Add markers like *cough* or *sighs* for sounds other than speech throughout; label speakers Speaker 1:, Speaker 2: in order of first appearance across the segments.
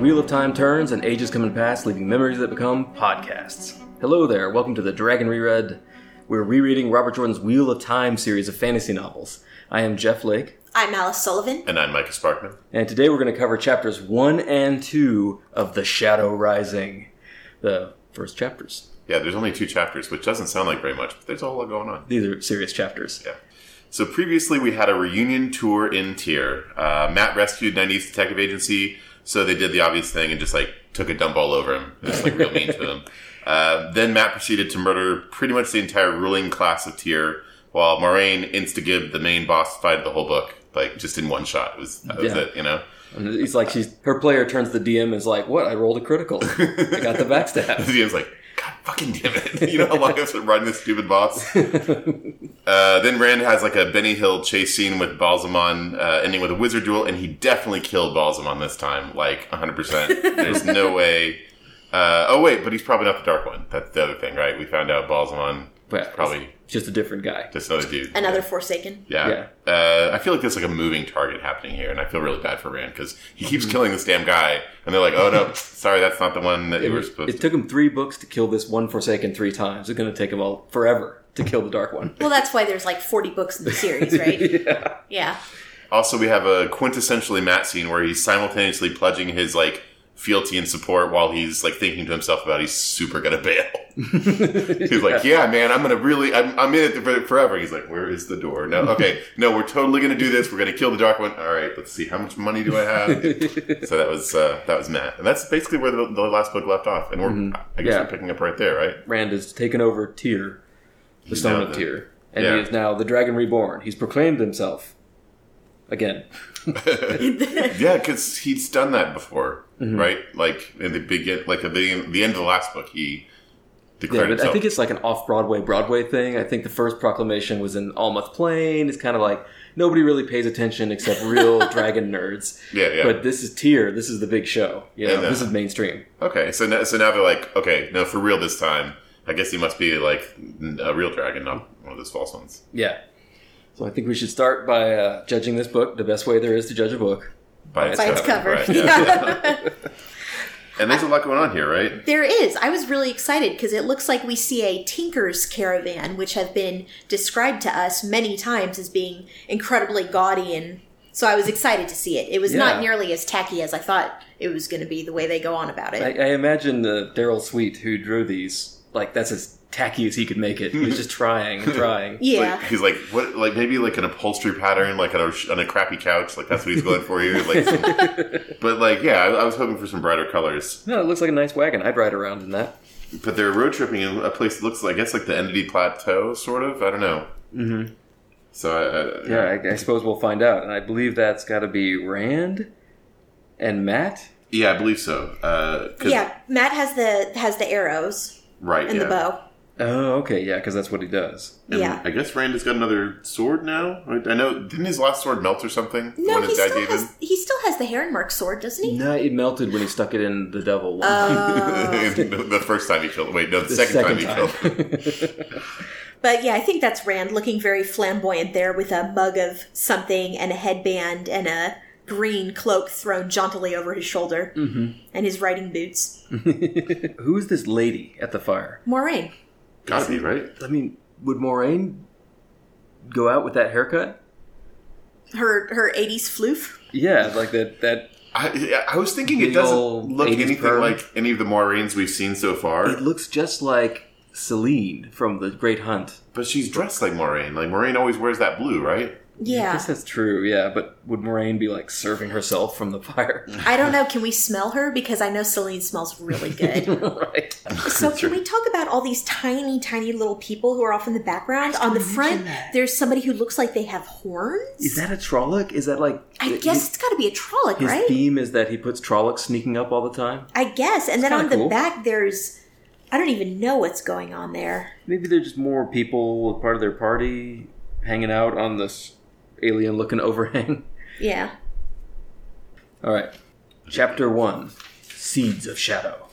Speaker 1: wheel of time turns and ages come and pass, leaving memories that become podcasts. Hello there, welcome to the Dragon Reread. We're rereading Robert Jordan's Wheel of Time series of fantasy novels. I am Jeff Lake,
Speaker 2: I'm Alice Sullivan.
Speaker 3: And I'm Micah Sparkman.
Speaker 1: and today we're going to cover chapters 1 and 2 of The Shadow Rising, the first chapters.
Speaker 3: Yeah, there's only two chapters, which doesn't sound like very much, but there's a whole lot going on.
Speaker 1: These are serious chapters.
Speaker 3: Yeah. So previously we had a reunion tour in Tier. Uh, Matt rescued 90s Detective Agency, so they did the obvious thing and just like took a dump all over him. It was like real mean to him. *laughs* Uh, then Matt proceeded to murder pretty much the entire ruling class of Tier, while Moraine insta-gibbed the main boss fight of the whole book, like just in one shot. It was that was
Speaker 1: Yeah.
Speaker 3: it, you know.
Speaker 1: And it's like she's her player turns the DM and is like, "What? I rolled a critical. I got the
Speaker 3: *laughs*
Speaker 1: backstab." *laughs*
Speaker 3: The DM's like, God fucking damn it. *laughs* You know how long I've been riding this
Speaker 1: *laughs*
Speaker 3: stupid boss? uh, then Rand has like a Benny Hill chase scene with Balzamon, uh, ending with a wizard duel, and he definitely killed Balzamon this time, like 100%.
Speaker 1: *laughs*
Speaker 3: There's no way. Uh, oh, wait, but he's probably not the Dark One. That's the other thing, right? We found out Balzamon
Speaker 1: But
Speaker 3: is probably
Speaker 1: it's just a different guy.
Speaker 3: just another dude.
Speaker 2: Another Forsaken.
Speaker 3: Yeah. Uh, I feel like there's like a moving target happening here, and I feel really bad for Rand because he keeps
Speaker 1: Mm-hmm.
Speaker 3: killing this damn guy, and they're like, oh no, sorry, that's not the one that you were supposed to.
Speaker 1: It took him three books to kill this one Forsaken three times. It's going to take him all forever to kill the Dark One.
Speaker 2: Well, that's why there's like 40 books in the series,
Speaker 3: *laughs*
Speaker 2: right?
Speaker 1: yeah.
Speaker 2: yeah.
Speaker 3: Also, we have a quintessentially Matt scene where he's simultaneously pledging his like fealty and support while he's like thinking to himself about he's super gonna bail. He's like, "Yeah, man, I'm gonna really, I'm, I'm in it for- forever." He's like, "Where is the door?" No, okay, no, we're totally gonna do this. We're gonna kill the dark one. All right, let's see how much money do I have. so that was uh, that was Matt, and that's basically where the, the last book left off. And we're, I guess
Speaker 1: Yeah.
Speaker 3: we're picking up right there, right?
Speaker 1: *laughs* Rand has taken over Tyr, the
Speaker 3: He's
Speaker 1: Stone
Speaker 3: now
Speaker 1: of
Speaker 3: the-
Speaker 1: Tyr, and
Speaker 3: yeah.
Speaker 1: he is now the Dragon Reborn. He's proclaimed himself again.
Speaker 3: *laughs* Yeah, because he's done that before,
Speaker 1: Mm-hmm.
Speaker 3: right? Like in the begin, like at the the end of the last book, he
Speaker 1: Yeah,
Speaker 3: declared
Speaker 1: but I
Speaker 3: himself.
Speaker 1: think it's like an off Broadway Broadway thing. I think the first proclamation was in Almouth Plain. It's kind of like nobody really pays attention except
Speaker 3: *laughs*
Speaker 1: real dragon nerds.
Speaker 3: yeah, yeah.
Speaker 1: But this is tier. This is the big show. You know,
Speaker 3: Yeah.
Speaker 1: this is mainstream.
Speaker 3: okay, so now, so now they're like, okay, no, for real this time. I guess he must be like a real dragon, not one of those false ones.
Speaker 1: Yeah. So I think we should start by uh, judging this book the best way there is to judge a book.
Speaker 3: By its
Speaker 2: By its
Speaker 3: cover,
Speaker 2: cover.
Speaker 3: right, *laughs* yeah. and there's a lot going on here, right?
Speaker 2: *laughs* There is. I was really excited because it looks like we see a Tinker's Caravan, which have been described to us many times as being incredibly gaudy and. So I was excited to see it. It was
Speaker 1: Yeah.
Speaker 2: not nearly as tacky as I thought it was going to be. The way they go on about it,
Speaker 1: I, I imagine the Daryl Sweet who drew these, like that's as tacky as he could make it. He was *laughs* just trying and trying.
Speaker 2: yeah.
Speaker 3: Like, he's like, what? Like maybe like an upholstery pattern, like on a, on a crappy couch. Like that's what he's going for here.
Speaker 1: *laughs*
Speaker 3: Like, some- but like, yeah, I, I was hoping for some brighter colors.
Speaker 1: No, it looks like a nice wagon. I'd ride around in that.
Speaker 3: But they're road tripping in a place that looks, I guess, like the Entity Plateau, sort of. I don't know. Mm-hmm. So, uh, I, I,
Speaker 1: Yeah, I, I suppose we'll find out. And I believe that's got to be Rand and Matt.
Speaker 3: yeah, I believe so. Uh, 'cause-
Speaker 2: yeah. Matt has the has the arrows
Speaker 3: right.
Speaker 2: and
Speaker 3: yeah.
Speaker 2: the bow.
Speaker 1: Oh, okay, yeah, because that's what he does.
Speaker 3: And
Speaker 2: yeah.
Speaker 3: I guess Rand has got another sword now. I, I know. Didn't his last sword melt or something? The
Speaker 2: No,
Speaker 3: one
Speaker 2: he
Speaker 3: his dad
Speaker 2: still
Speaker 3: gave him?
Speaker 2: has he still has the Heron Mark sword, doesn't he?
Speaker 1: No, it melted when he stuck it in the devil one.
Speaker 3: *laughs* the first time he killed. Wait, no,
Speaker 1: *laughs*
Speaker 3: the,
Speaker 1: the
Speaker 3: Oh. second, time, he killed.
Speaker 1: *laughs*
Speaker 3: him.
Speaker 1: time.
Speaker 2: But yeah, I think that's Rand looking very flamboyant there with a mug of something and a headband and a green cloak thrown jauntily over his shoulder and his riding boots.
Speaker 1: *laughs* Who's this lady at the fire?
Speaker 2: Moraine.
Speaker 3: Gotta be right.
Speaker 1: I mean, would Moraine go out with that haircut?
Speaker 2: Her her 80s floof.
Speaker 1: Yeah, like that. That
Speaker 3: I, I was thinking it
Speaker 1: Big
Speaker 3: doesn't
Speaker 1: ol'
Speaker 3: look
Speaker 1: 80s
Speaker 3: anything
Speaker 1: perm.
Speaker 3: like any of the Moraines we've seen so
Speaker 1: it
Speaker 3: far,
Speaker 1: looks just like Celine from The Great Hunt.
Speaker 3: but she's dressed like Moraine. Like Moraine always wears that blue, right? *laughs*
Speaker 1: I
Speaker 2: Yeah.
Speaker 1: guess that's true. Yeah, but would Moraine be like serving herself from the fire?
Speaker 2: I don't know, can we smell her? Because I know Celine
Speaker 1: *laughs*
Speaker 2: smells really good.
Speaker 1: right.
Speaker 2: so can we talk about all these tiny, tiny little people who are off in the background? On the front, there's somebody who looks like they have horns.
Speaker 1: Is that a Trolloc? Is that like?
Speaker 2: I guess it's gotta be a Trolloc,
Speaker 1: His
Speaker 2: right?
Speaker 1: theme is that he puts Trollocs sneaking up all the time.
Speaker 2: I guess. And then on
Speaker 1: kinda
Speaker 2: the
Speaker 1: cool.
Speaker 2: back, there's. I don't even know what's going on there.
Speaker 1: Maybe they're just more people, part of their party, hanging out on this alien looking overhang. *laughs*
Speaker 2: Yeah.
Speaker 1: All right. Chapter 1 Seeds of Shadow.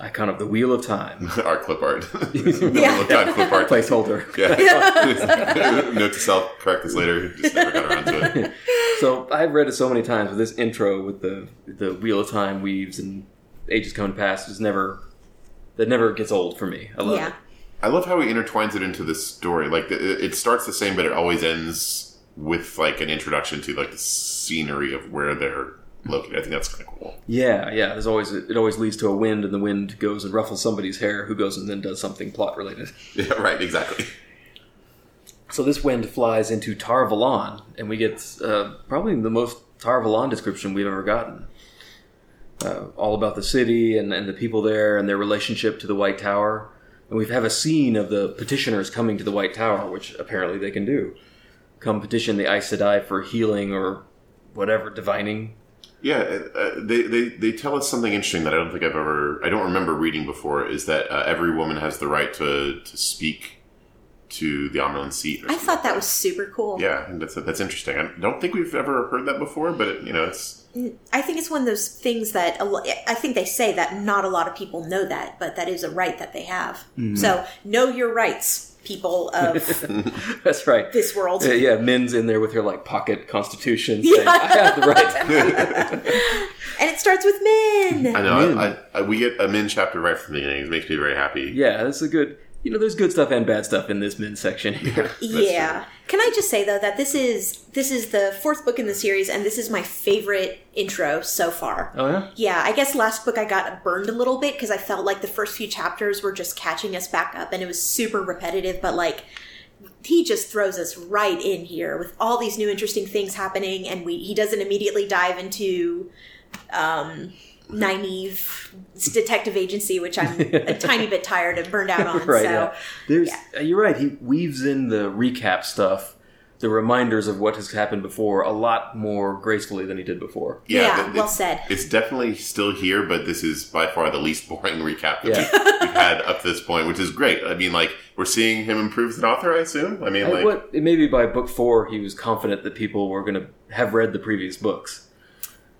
Speaker 1: icon of the Wheel of Time.
Speaker 3: Our clip art. the Wheel of *laughs* Time clip art.
Speaker 1: Placeholder.
Speaker 3: Yeah. Note to self, correct this later. Just never got around to *laughs* it.
Speaker 1: So I've read it so many times, but this intro with the the Wheel of Time weaves and ages come and pass is never that never gets old for me. I love
Speaker 2: yeah.
Speaker 1: it.
Speaker 3: I love how he intertwines it into this story. Like, the, it starts the same, but it always ends with, like, an introduction to, like, the scenery of where they're located. I think that's kind of cool.
Speaker 1: Yeah, yeah. There's always it always leads to a wind, and the wind goes and ruffles somebody's hair, who goes and then does something plot related.
Speaker 3: Yeah, right, exactly.
Speaker 1: So this wind flies into Tarvalon, and we get uh, probably the most Tarvalon description we've ever gotten. Uh, all about the city and, and the people there and their relationship to the White Tower. And we have a scene of the petitioners coming to the White Tower, which apparently they can do. Come petition the Aes Sedai for healing or whatever, divining. *laughs*
Speaker 3: Yeah, uh, they, they, they tell us something interesting that I don't think I've ever, I don't remember reading before, is that uh, every woman has the right to, to speak to the Amelin seat. Or
Speaker 2: I
Speaker 3: something.
Speaker 2: thought that was super cool.
Speaker 3: Yeah, I think that's, that's interesting. I don't think we've ever heard that before, but, it, you know, it's,
Speaker 2: I think it's one of those things that a lo- I think they say that not a lot of people know that, but that is a right that they have.
Speaker 1: Mm-hmm.
Speaker 2: So know your rights, people
Speaker 1: *laughs*
Speaker 2: of
Speaker 1: That's right.
Speaker 2: this world.
Speaker 1: Uh, yeah, Min's in there with her like pocket constitution saying, "I have the right." *laughs*
Speaker 2: And it starts with men.
Speaker 3: I know,
Speaker 1: Min.
Speaker 3: I, I, I, we get a Min chapter right from the beginning. It makes me very happy.
Speaker 1: yeah, that's a good. You know, there's good stuff and bad stuff in this Min section
Speaker 2: *laughs*
Speaker 1: here.
Speaker 2: yeah. Can I just say though that this is this is the fourth book in the series, and this is my favorite intro so far.
Speaker 1: oh yeah.
Speaker 2: Yeah, I guess last book I got burned a little bit because I felt like the first few chapters were just catching us back up and it was super repetitive, but like he just throws us right in here with all these new interesting things happening and we he doesn't immediately dive into um naive detective agency
Speaker 1: *laughs*
Speaker 2: which i'm a tiny bit tired and burned out *laughs* on
Speaker 1: right.
Speaker 2: so
Speaker 1: yeah. There's, uh, you're right. He weaves in the recap stuff, the reminders of what has happened before, a lot more gracefully than he did before.
Speaker 2: yeah,
Speaker 3: th-
Speaker 2: well
Speaker 3: it's-
Speaker 2: said
Speaker 3: It's definitely still here, but this is by far the least boring *laughs* recap that
Speaker 1: Yeah.
Speaker 3: we've, we've had up to this point, which is great. I mean, like we're seeing him improve as an author. I assume. I mean,
Speaker 1: And
Speaker 3: like
Speaker 1: what maybe by book four, he was confident that people were going to have read the previous books.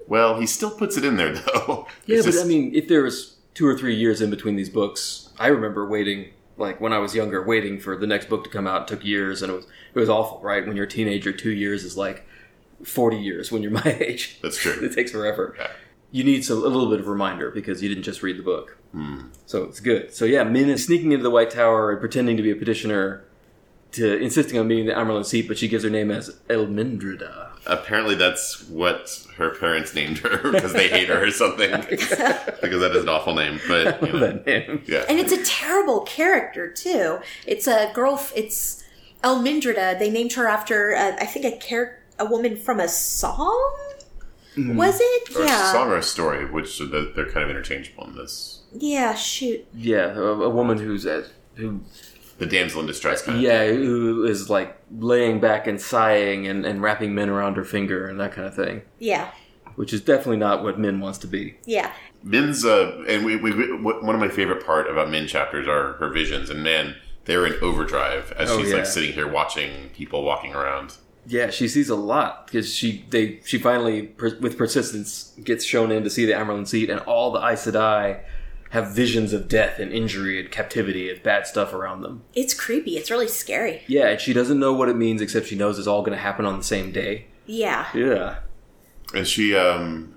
Speaker 3: well, he still puts it in there *laughs* though.
Speaker 1: Yeah,
Speaker 3: It's
Speaker 1: but
Speaker 3: just-
Speaker 1: I mean, if there was two or three years in between these books, I remember waiting, like when I was younger, waiting for the next book to come out. It took years, and it was it was awful, right? When you're a teenager, two years is like forty years when you're my *laughs* age.
Speaker 3: that's true.
Speaker 1: it takes forever.
Speaker 3: Yeah.
Speaker 1: You need some, a little bit of reminder because you didn't just read the book.
Speaker 3: Hmm.
Speaker 1: So it's good. So yeah, Min is sneaking into the White Tower and pretending to be a petitioner, to insisting on being the Amaryllis seat, but she gives her name as Elmindrida.
Speaker 3: Apparently, that's what her parents named her *laughs* because they hate her or something.
Speaker 1: *laughs*
Speaker 3: *laughs* because that is an awful name, but you know,
Speaker 1: That name.
Speaker 3: yeah.
Speaker 2: And it's a terrible character too. It's a girl. It's Elmindrida. They named her after uh, I think a char- a woman from a song. Was it?
Speaker 3: or
Speaker 2: yeah.
Speaker 3: a song or a story, which are- they're kind of interchangeable in this.
Speaker 2: Yeah. Shoot.
Speaker 1: Yeah, a, a woman who's at, who
Speaker 3: The damsel in distress kind of
Speaker 1: yeah who is like laying back and sighing and, and wrapping Min around her finger and that kind of thing,
Speaker 2: Yeah.
Speaker 1: which is definitely not what Min wants to be.
Speaker 2: Yeah.
Speaker 3: Min's uh, and we, we, we one of my favorite part about Min chapters are her visions, and man, they're in overdrive as
Speaker 1: Oh,
Speaker 3: she's
Speaker 1: yeah.
Speaker 3: like sitting here watching people walking around.
Speaker 1: Yeah, she sees a lot because she they she finally per, with persistence gets shown in to see the Amaryllis seat, and all the Aes Sedai have visions of death and injury and captivity and bad stuff around them.
Speaker 2: It's creepy. It's really scary.
Speaker 1: Yeah, and she doesn't know what it means except she knows it's all going to happen on the same day.
Speaker 2: Yeah.
Speaker 1: Yeah,
Speaker 3: And she, um,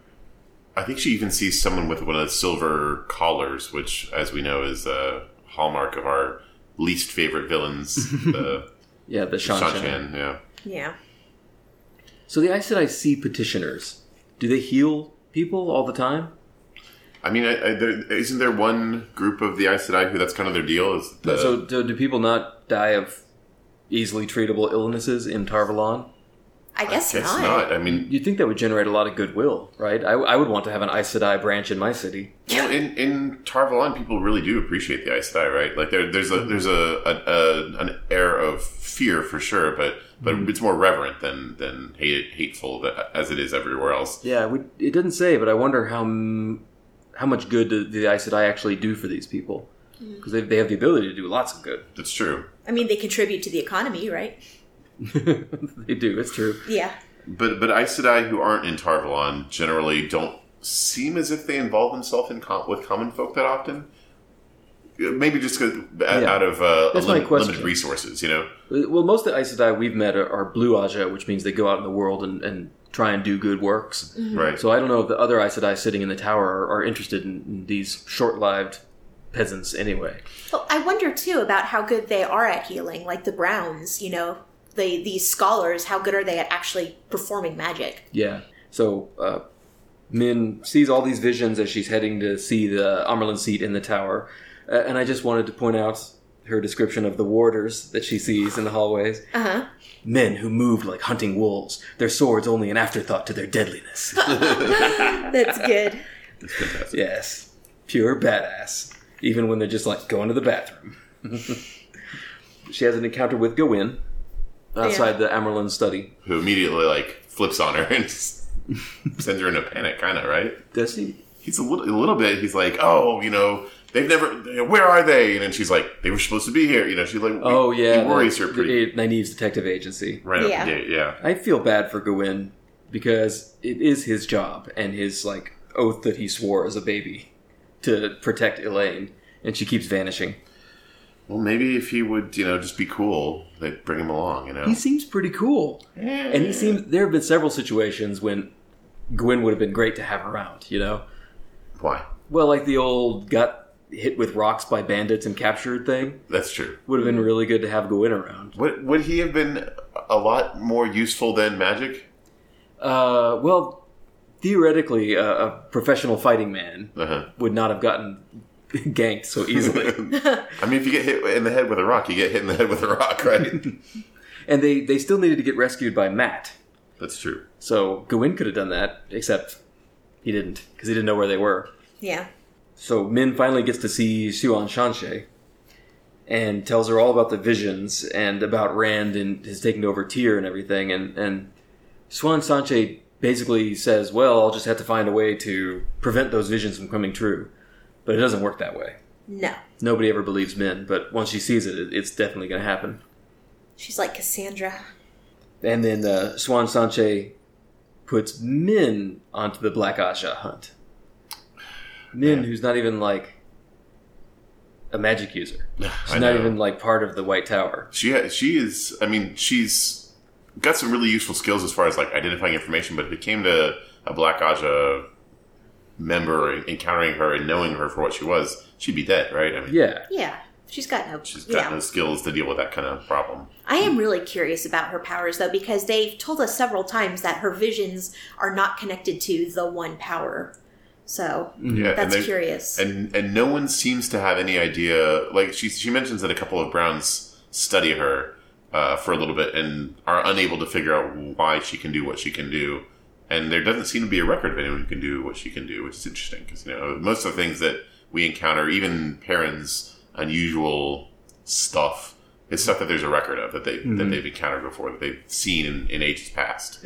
Speaker 3: I think she even sees someone with one of the silver collars, which, as we know, is a hallmark of our least favorite villains, the
Speaker 1: yeah, the Shan
Speaker 3: Shan
Speaker 1: Shan.
Speaker 3: Chan. Yeah,
Speaker 2: Yeah.
Speaker 1: So the Aes Sedai see petitioners. Do they heal people all the time?
Speaker 3: I mean, I, I, there, isn't there one group of the Aes Sedai who that's kind of their deal? Is the,
Speaker 1: so do, do people not die of easily treatable illnesses in Tarvalon?
Speaker 2: I guess,
Speaker 3: it's
Speaker 2: not.
Speaker 3: not. I mean,
Speaker 1: You'd think that would generate a lot of goodwill, right? I, I would want to have an Aes Sedai branch in my city.
Speaker 3: Well, in in Tarvalon, people really do appreciate the Aes Sedai, right? Like there, there's
Speaker 1: Mm-hmm.
Speaker 3: a there's a, a, a an air of fear for sure, but but
Speaker 1: Mm-hmm.
Speaker 3: it's more reverent than than hate, hateful that, as it is everywhere else.
Speaker 1: Yeah, we, it doesn't say, but I wonder how m- how much good do the Aes Sedai actually do for these people because they, they have the ability to do lots of *laughs* good.
Speaker 3: That's true.
Speaker 2: I mean, they contribute to the economy, right?
Speaker 1: they do. It's true.
Speaker 2: Yeah.
Speaker 3: But but Aes Sedai who aren't in Tarvalon generally don't seem as if they involve themselves in com- with common folk that often. Maybe just 'cause- out out of uh,
Speaker 1: That's my
Speaker 3: lim-
Speaker 1: question.
Speaker 3: limited resources, you know.
Speaker 1: Well, most of the Aes Sedai we've met are, are blue Aja, which means they go out in the world and, and try and do good works.
Speaker 3: Right.
Speaker 1: So I don't know if the other Aes Sedai sitting in the tower are, are interested in, in these short-lived peasants anyway.
Speaker 2: Well, I wonder too about how good they are at healing, like the Browns. You know, the these scholars. How good are they at actually performing magic?
Speaker 1: Yeah. So uh, Min sees all these visions as she's heading to see the Amerlin seat in the tower, uh, and I just wanted to point out her description of the warders that she sees in the hallways.
Speaker 2: Uh huh.
Speaker 1: Men who moved like hunting wolves, their swords only an afterthought to their deadliness.
Speaker 2: *laughs* That's good.
Speaker 1: yes. Pure badass. Even when they're just like going to the bathroom. *laughs* she has an encounter with Gawain outside the Amerlin study.
Speaker 3: Who immediately like flips on her and s- *laughs* sends her into panic, kind of right.
Speaker 1: Does he?
Speaker 3: He's a little, a little bit. He's like, oh, you know, they've never. Where are they? And then she's like, they were supposed to be here. You know, she's like,
Speaker 1: Oh, yeah.
Speaker 3: he worries
Speaker 1: the-
Speaker 3: her pretty
Speaker 1: the- Nynaeve's detective agency.
Speaker 3: right
Speaker 2: Yeah.
Speaker 3: up the gate. Yeah,
Speaker 1: I feel bad for Gawain because it is his job and his like oath that he swore as a baby to protect Elaine, and she keeps vanishing.
Speaker 3: Well, maybe if he would, you know, just be cool, they'd bring him along, you know?
Speaker 1: He seems pretty cool, and he seems. There have been several situations when Gwen would have been great to have around. You know,
Speaker 3: Why?
Speaker 1: well, like the old got hit with rocks by bandits and captured thing
Speaker 3: That's true.
Speaker 1: would have been really good to have Gwen around.
Speaker 3: Would, would he have been a lot more useful than magic?
Speaker 1: Uh, well, theoretically, a, a professional fighting man
Speaker 3: Uh-huh.
Speaker 1: would not have gotten *laughs* ganked so
Speaker 3: *laughs*
Speaker 1: easily.
Speaker 3: I mean, if you get hit in the head with a rock, you get hit in the head with a rock,
Speaker 1: *laughs*
Speaker 3: right?
Speaker 1: And they, they still needed to get rescued by Matt.
Speaker 3: That's true.
Speaker 1: So Gawain could have done that, except he didn't, because he didn't know where they were.
Speaker 2: Yeah.
Speaker 1: So Min finally gets to see Xuan Shanxie and tells her all about the visions and about Rand and his taking over Tyr and everything. And, and Xuan Shanxie basically says, well, I'll just have to find a way to prevent those visions from coming true. But it doesn't work that way.
Speaker 2: No.
Speaker 1: Nobody ever believes Min, but once she sees it, it- it's definitely going to happen.
Speaker 2: She's like Cassandra.
Speaker 1: And then uh, Swan Sanche puts Min onto the Black Aja hunt. Min, who's not even like a magic user. She's
Speaker 3: I
Speaker 1: not
Speaker 3: know.
Speaker 1: even like part of the White Tower.
Speaker 3: She ha- she is. I mean, she's got some really useful skills as far as like identifying information. But if it came to a Black Aja member and encountering her and knowing her for what she was, she'd be dead, right? I mean,
Speaker 1: Yeah.
Speaker 2: Yeah. She's got no.
Speaker 3: she's got
Speaker 2: yeah.
Speaker 3: no skills to deal with that kind of problem.
Speaker 2: I am really curious about her powers though, because they've told us several times that her visions are not connected to the one power. So
Speaker 3: Yeah, and
Speaker 2: that's
Speaker 3: they-
Speaker 2: curious.
Speaker 3: and and no one seems to have any idea. Like she she mentions that a couple of Browns study her uh, for a little bit and are unable to figure out why she can do what she can do, and there doesn't seem to be a record of anyone who can do what she can do, which is interesting because you know most of the things that we encounter, even Perrin's unusual stuff, is stuff that there's a record of that they that they've encountered before that they've seen in, in ages past.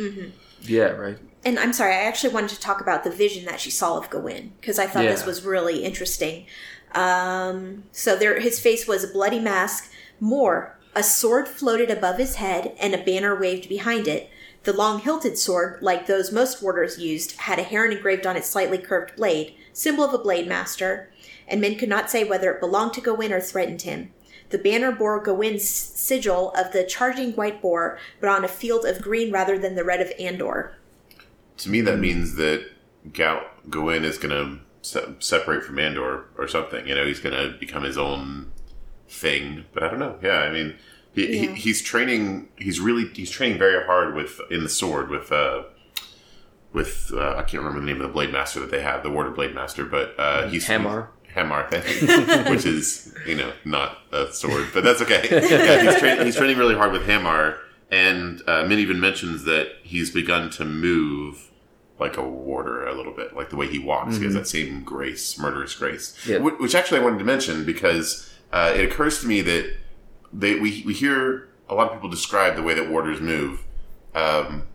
Speaker 1: Yeah, right.
Speaker 2: And I'm sorry, I actually wanted to talk about the vision that she saw of Gawain because I thought this
Speaker 1: Yeah.
Speaker 2: was really interesting. Um, so there, his face was a bloody mask. More, a sword floated above his head and a banner waved behind it. The long hilted sword, like those most warders used, had a heron engraved on its slightly curved blade, symbol of a blade master, and men could not say whether it belonged to Gawain or threatened him. The banner bore Gawain's sigil of the charging white boar, but on a field of green rather than the red of Andor.
Speaker 3: To me, that means that Gow- Gawain is going to se- separate from Andor or something. You know, he's going to become his own thing. But I don't know. Yeah, I mean, he,
Speaker 2: Yeah.
Speaker 3: He, he's training. He's really he's training very hard with in the sword with uh, with uh, I can't remember the name of the blade master that they have, the warder blade master. But uh, he's
Speaker 1: Hamar.
Speaker 3: Hamar, thank you. which is you know not a sword, but that's okay. Yeah, he's, tra- he's training really hard with Hamar, and uh, Min even mentions that he's begun to move like a warder a little bit, like the way he walks. He has that same grace, murderous grace,
Speaker 1: Yeah.
Speaker 3: Wh- which actually I wanted to mention because uh, it occurs to me that they we we hear a lot of people describe the way that warders move. Um,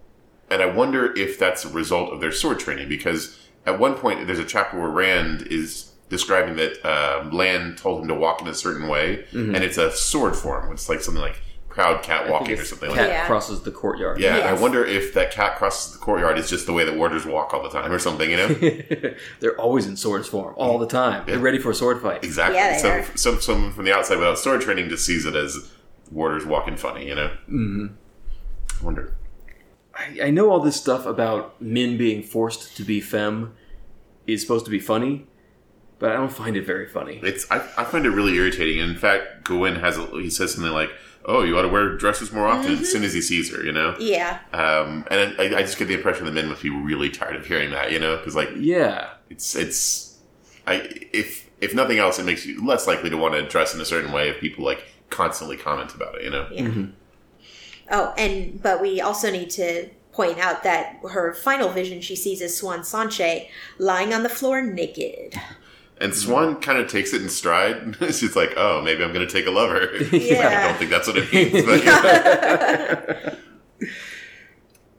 Speaker 3: and I wonder if that's a result of their sword training because at one point there's a chapter where Rand is describing that um, Land told him to walk in a certain way, and it's a sword form. It's like something like proud cat
Speaker 1: I think
Speaker 3: walking or
Speaker 1: it's
Speaker 3: something
Speaker 1: Cat
Speaker 3: like that.
Speaker 2: Yeah.
Speaker 1: crosses the courtyard.
Speaker 3: Yeah, and I
Speaker 2: Yes.
Speaker 3: wonder if that cat crosses the courtyard is just the way that warders walk all the time or something,
Speaker 1: *laughs*
Speaker 3: you know?
Speaker 1: They're always in swords form all the time. They're ready for a sword fight.
Speaker 3: Exactly.
Speaker 2: Yeah, they
Speaker 3: so,
Speaker 2: are.
Speaker 3: so someone from the outside without sword training just sees it as warders walking funny, you know? Mm-hmm. I wonder.
Speaker 1: I, I know all this stuff about men being forced to be femme is supposed to be funny, but I don't find it very funny.
Speaker 3: It's I, I find it really irritating. In fact, Gawain has a, he says something like, "Oh, you ought to wear dresses more often." As soon as he sees her, you know.
Speaker 2: Yeah.
Speaker 3: Um, and I, I just get the impression the men must be really tired of hearing that, you know, because like
Speaker 1: Yeah,
Speaker 3: it's it's I if if nothing else, it makes you less likely to want to dress in a certain way if people like constantly comment about it, you know.
Speaker 1: Mm-hmm.
Speaker 2: Yeah. Oh, and but we also need to point out that her final vision she sees is Swan Sanche lying on the
Speaker 1: *laughs*
Speaker 2: floor naked.
Speaker 3: And Swan kind of takes it in stride. *laughs* She's like, "Oh, maybe I'm going to take a lover." *laughs* I
Speaker 2: Yeah.
Speaker 3: don't think that's what it
Speaker 2: *laughs*
Speaker 3: means, but,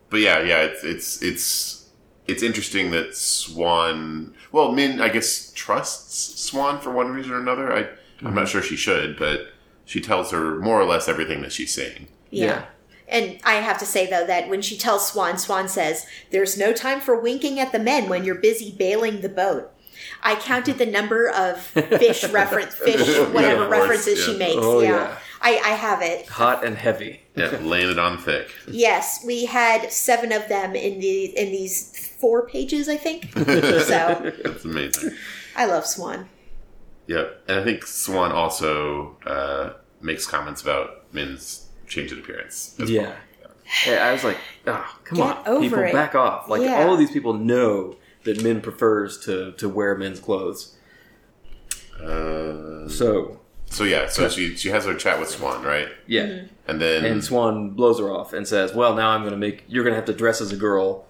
Speaker 3: but yeah, yeah, it's it's it's it's interesting that Swan. Well, Min, I guess trusts Swan for one reason or another. I I'm
Speaker 1: Mhm.
Speaker 3: not sure she should, but she tells her more or less everything that she's saying.
Speaker 2: Yeah.
Speaker 1: Yeah.
Speaker 2: And I have to say though that when she tells Swan, Swan says, "There's no time for winking at the men when you're busy bailing the boat." I counted the number
Speaker 1: *laughs*
Speaker 2: of fish reference, fish whatever
Speaker 1: Yeah,
Speaker 3: horse,
Speaker 2: references
Speaker 3: yeah.
Speaker 2: she makes.
Speaker 1: Oh,
Speaker 2: yeah,
Speaker 1: yeah.
Speaker 2: I, I have it.
Speaker 1: hot and heavy.
Speaker 3: *laughs* Yeah, laying it on thick.
Speaker 2: Yes, we had seven of them in the in these four pages, I think.
Speaker 1: *laughs*
Speaker 2: so
Speaker 3: That's amazing.
Speaker 2: I love Swan.
Speaker 3: Yep, and I think Swan also uh, makes comments about Min's change in appearance. as
Speaker 1: Yeah. Hey, I was like, ah, come
Speaker 2: Get
Speaker 1: on,
Speaker 2: over
Speaker 1: people,
Speaker 2: it."
Speaker 1: back off! Like
Speaker 2: Yeah.
Speaker 1: all of these people know that men prefers to to wear men's clothes.
Speaker 3: well. Uh,
Speaker 1: So
Speaker 3: So yeah, so she she has her chat with Swan, right?
Speaker 1: yeah,
Speaker 2: Mm-hmm.
Speaker 3: And then
Speaker 1: and Swan blows her off and says, "Well, now I'm going to make you're going to have to dress as a girl,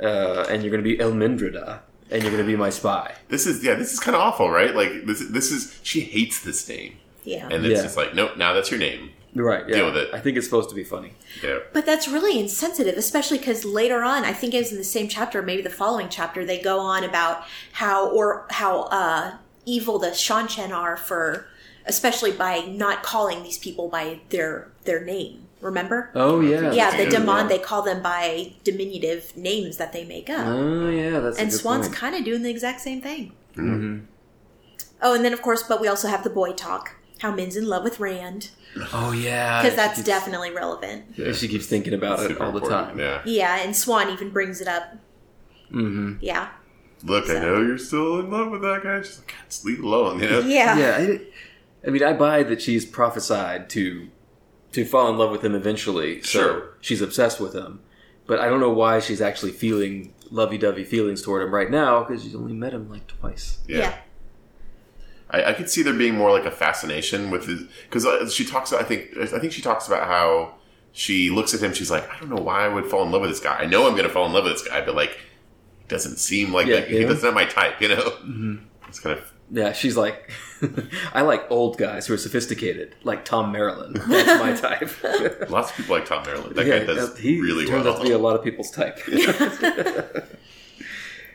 Speaker 1: uh, and you're going to be Elmendrida, and you're going to be my spy."
Speaker 3: this is yeah, this is kind of awful, right? Like this this is she hates this name,
Speaker 2: Yeah.
Speaker 3: and it's
Speaker 1: Yeah.
Speaker 3: just like nope, now that's your name.
Speaker 1: You're right. Yeah,
Speaker 3: Deal with it.
Speaker 1: I think it's supposed to be funny.
Speaker 3: Yeah,
Speaker 2: But that's really insensitive, especially because later on, I think it was in the same chapter, maybe the following chapter, they go on about how or how uh, evil the Shanchen are for, especially by not calling these people by their their name. Remember?
Speaker 1: Oh yeah,
Speaker 2: yeah,
Speaker 3: that's
Speaker 2: the
Speaker 3: good,
Speaker 2: demand they call them by diminutive names that they make up,
Speaker 1: Oh yeah, that's a
Speaker 2: and
Speaker 1: good
Speaker 2: Swan's
Speaker 1: point.
Speaker 2: kind of doing the exact same thing. Oh, and then of course, but we also have the boy talk. How Min's in love with Rand
Speaker 1: Oh
Speaker 2: *laughs*
Speaker 1: yeah,
Speaker 2: because
Speaker 1: she
Speaker 2: that's
Speaker 1: keeps-
Speaker 2: definitely relevant.
Speaker 1: She keeps thinking about it
Speaker 3: Super
Speaker 1: all the
Speaker 3: important,
Speaker 1: time.
Speaker 3: Yeah,
Speaker 2: Yeah, and Swan even brings it up. Mm-hmm. Yeah.
Speaker 3: look, I know you're still in love with that guy. She's like, God, just leave it alone. *laughs* You know?
Speaker 2: Yeah.
Speaker 1: yeah, I, I mean, I buy that she's prophesied to to fall in love with him eventually. So
Speaker 3: Sure.
Speaker 1: she's obsessed with him, but I don't know why she's actually feeling lovey-dovey feelings toward him right now because she's only met him like twice.
Speaker 2: Yeah.
Speaker 3: I, I could see there being more like a fascination with his because she talks. I think I think she talks about how she looks at him. She's like, I don't know why I would fall in love with this guy. I know I'm going to fall in love with this guy, but like, he doesn't seem like
Speaker 1: Yeah,
Speaker 3: like, he
Speaker 1: yeah.
Speaker 3: doesn't have my type. You know, mm-hmm. it's kind of
Speaker 1: Yeah, she's like, *laughs* I like old guys who are sophisticated, like Tom Marilyn. That's
Speaker 3: *laughs*
Speaker 1: my type.
Speaker 3: lots of people like Tom Maryland. That guy does
Speaker 1: uh, he
Speaker 3: really
Speaker 1: turns
Speaker 3: well.
Speaker 1: out to be a lot of people's
Speaker 3: *laughs*
Speaker 1: type.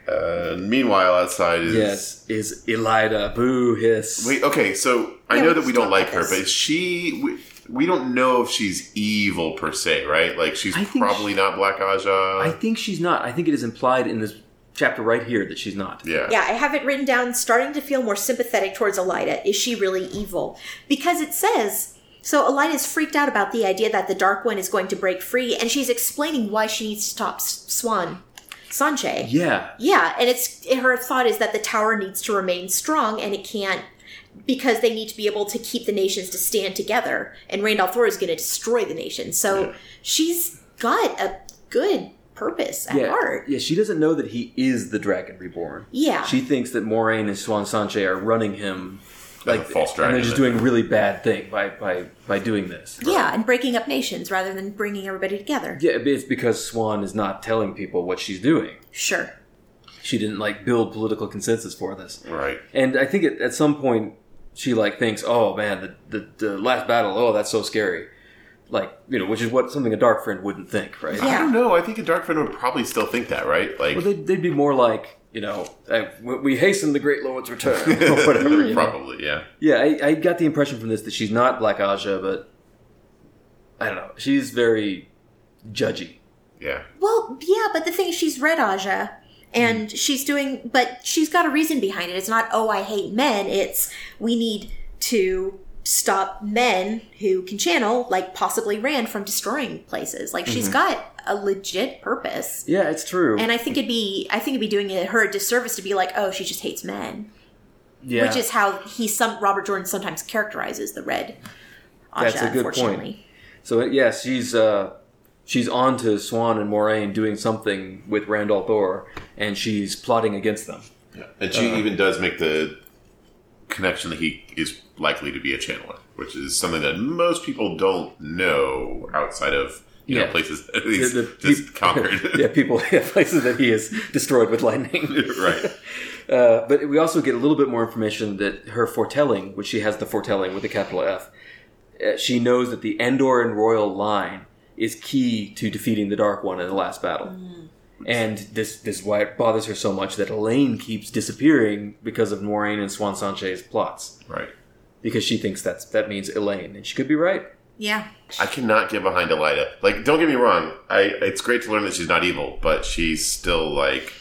Speaker 3: Uh, meanwhile, outside
Speaker 1: *laughs*
Speaker 3: is
Speaker 1: yes, is Elida boo hiss?
Speaker 3: wait. Okay, so I
Speaker 2: Yeah,
Speaker 3: know
Speaker 2: we
Speaker 3: that we
Speaker 2: just
Speaker 3: don't
Speaker 2: talked
Speaker 3: like
Speaker 2: about
Speaker 3: her,
Speaker 2: this.
Speaker 3: but is she. We, we don't know if she's evil per se, right? Like she's
Speaker 1: I think
Speaker 3: probably
Speaker 1: she-
Speaker 3: not Black Aja.
Speaker 1: I think she's not. I think it is implied in this chapter right here that she's not.
Speaker 3: yeah,
Speaker 2: Yeah, I have it written down starting to feel more sympathetic towards Elida. Is she really evil? Because it says so Elida's freaked out about the idea that the Dark One is going to break free, and she's explaining why she needs to stop S- Swan Sanche.
Speaker 1: Yeah,
Speaker 2: Yeah, and it's her thought is that the tower needs to remain strong and it can't because they need to be able to keep the nations to stand together. And Randolph Thor is going to destroy the nation. So she's got a good purpose at
Speaker 1: yeah,
Speaker 2: heart.
Speaker 1: yeah. She doesn't know that he is the Dragon Reborn.
Speaker 2: Yeah.
Speaker 1: She thinks that Moraine and Swan Sanche are running him,
Speaker 3: Like a false
Speaker 1: and
Speaker 3: dragon,
Speaker 1: they're just
Speaker 3: isn't it?
Speaker 1: doing a really bad thing by by by doing this.
Speaker 2: yeah, and breaking up nations rather than bringing everybody together.
Speaker 1: Yeah, it's because Swan is not telling people what she's doing.
Speaker 2: Sure.
Speaker 1: She didn't like build political consensus for this,
Speaker 3: right.
Speaker 1: and I think at, at some point she like thinks, "Oh man, the, the the last battle. Oh, that's so scary." Like you know, which is what something a dark friend wouldn't think, right?
Speaker 2: Yeah.
Speaker 3: I don't know. I think a dark friend would probably still think that, right? Like,
Speaker 1: Well, they'd, they'd be more like, you know, "Uh, we- we hasten the Great Lord's
Speaker 3: *laughs*
Speaker 1: return, or
Speaker 2: *laughs*
Speaker 1: whatever. you know?
Speaker 3: probably, yeah.
Speaker 1: Yeah, I, I got the impression from this that she's not Black Aja, but I don't know. She's very judgy.
Speaker 3: Yeah.
Speaker 2: Well, yeah, but the thing is, she's read Aja,
Speaker 1: Hmm.
Speaker 2: and she's doing, but she's got a reason behind it. It's not, oh, I hate men. It's, we need to stop men who can channel, like possibly Rand, from destroying places. Like,
Speaker 1: Mm-hmm.
Speaker 2: she's got a legit purpose.
Speaker 1: Yeah, it's true.
Speaker 2: And I think it'd be, I think it'd be doing it- her a disservice to be like, oh, she just hates men,
Speaker 1: yeah,
Speaker 2: which is how he, some Robert Jordan sometimes characterizes the red. Aja,
Speaker 1: That's a good point.
Speaker 2: unfortunately.
Speaker 1: so yeah, she's uh, she's on to Swan and Moraine doing something with Randolph Orr, and she's plotting against them.
Speaker 3: And she
Speaker 1: Uh-huh.
Speaker 3: even does make the connection that he is likely to be a channeler, which is something that most people don't know outside of you
Speaker 1: Yeah.
Speaker 3: know places that he's
Speaker 1: The- the
Speaker 3: just
Speaker 1: peop- *laughs*
Speaker 3: conquered.
Speaker 1: yeah, people, *laughs* yeah, places that he is destroyed with
Speaker 3: *laughs*
Speaker 1: lightning.
Speaker 3: right.
Speaker 1: Uh, but we also get a little bit more information that her foretelling, which she has the foretelling with a capital F, uh, she knows that the Endor and Royal line is key to defeating the Dark One in the last battle.
Speaker 2: Mm.
Speaker 1: And this, this is why it bothers her so much that Elaine keeps disappearing because of Moraine and Swan Sanche's plots.
Speaker 3: Right.
Speaker 1: Because she thinks that's that means Elaine, and she could be right.
Speaker 2: Yeah.
Speaker 3: I cannot get behind Elida. Like, don't get me wrong. I it's great to learn that she's not evil, but she's still like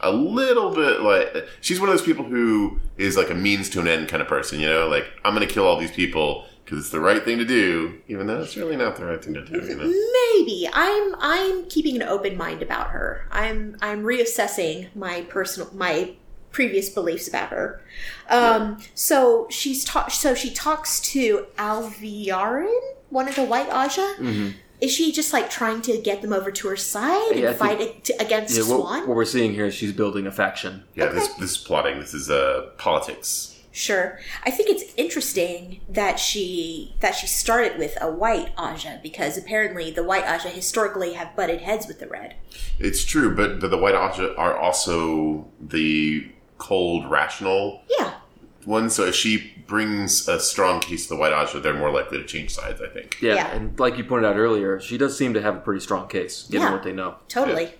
Speaker 3: a little bit like she's one of those people who is like a means to an end kind of person. You know, like I'm going to kill all these people because it's the right thing to do, even though it's really not the right thing to do.
Speaker 2: *laughs*
Speaker 3: You know.
Speaker 2: Maybe I'm I'm keeping an open mind about her. I'm I'm reassessing my personal my previous beliefs about her. Um, So she's ta- so she talks to Alviarin, one of the White Aja. Is she just like trying to get them over to her side
Speaker 1: Mm-hmm. Yeah, I
Speaker 2: and fight ag- against
Speaker 1: Yeah,
Speaker 2: Swan?
Speaker 1: what, what we're seeing here is she's building a faction.
Speaker 3: Yeah, this this is plotting. This is uh, politics.
Speaker 2: Sure. I think it's interesting that she that she started with a White Aja because apparently the White Aja historically have butted heads with the Red.
Speaker 3: It's true, but but the White Aja are also the cold, rational
Speaker 2: Yeah.
Speaker 3: one. So if she brings a strong case to the White Aja, they're more likely to change sides. I think.
Speaker 1: Yeah,
Speaker 2: Yeah.
Speaker 1: and like you pointed out earlier, she does seem to have a pretty strong case, given
Speaker 2: Yeah.
Speaker 1: what they know.
Speaker 2: Totally.
Speaker 3: Yeah.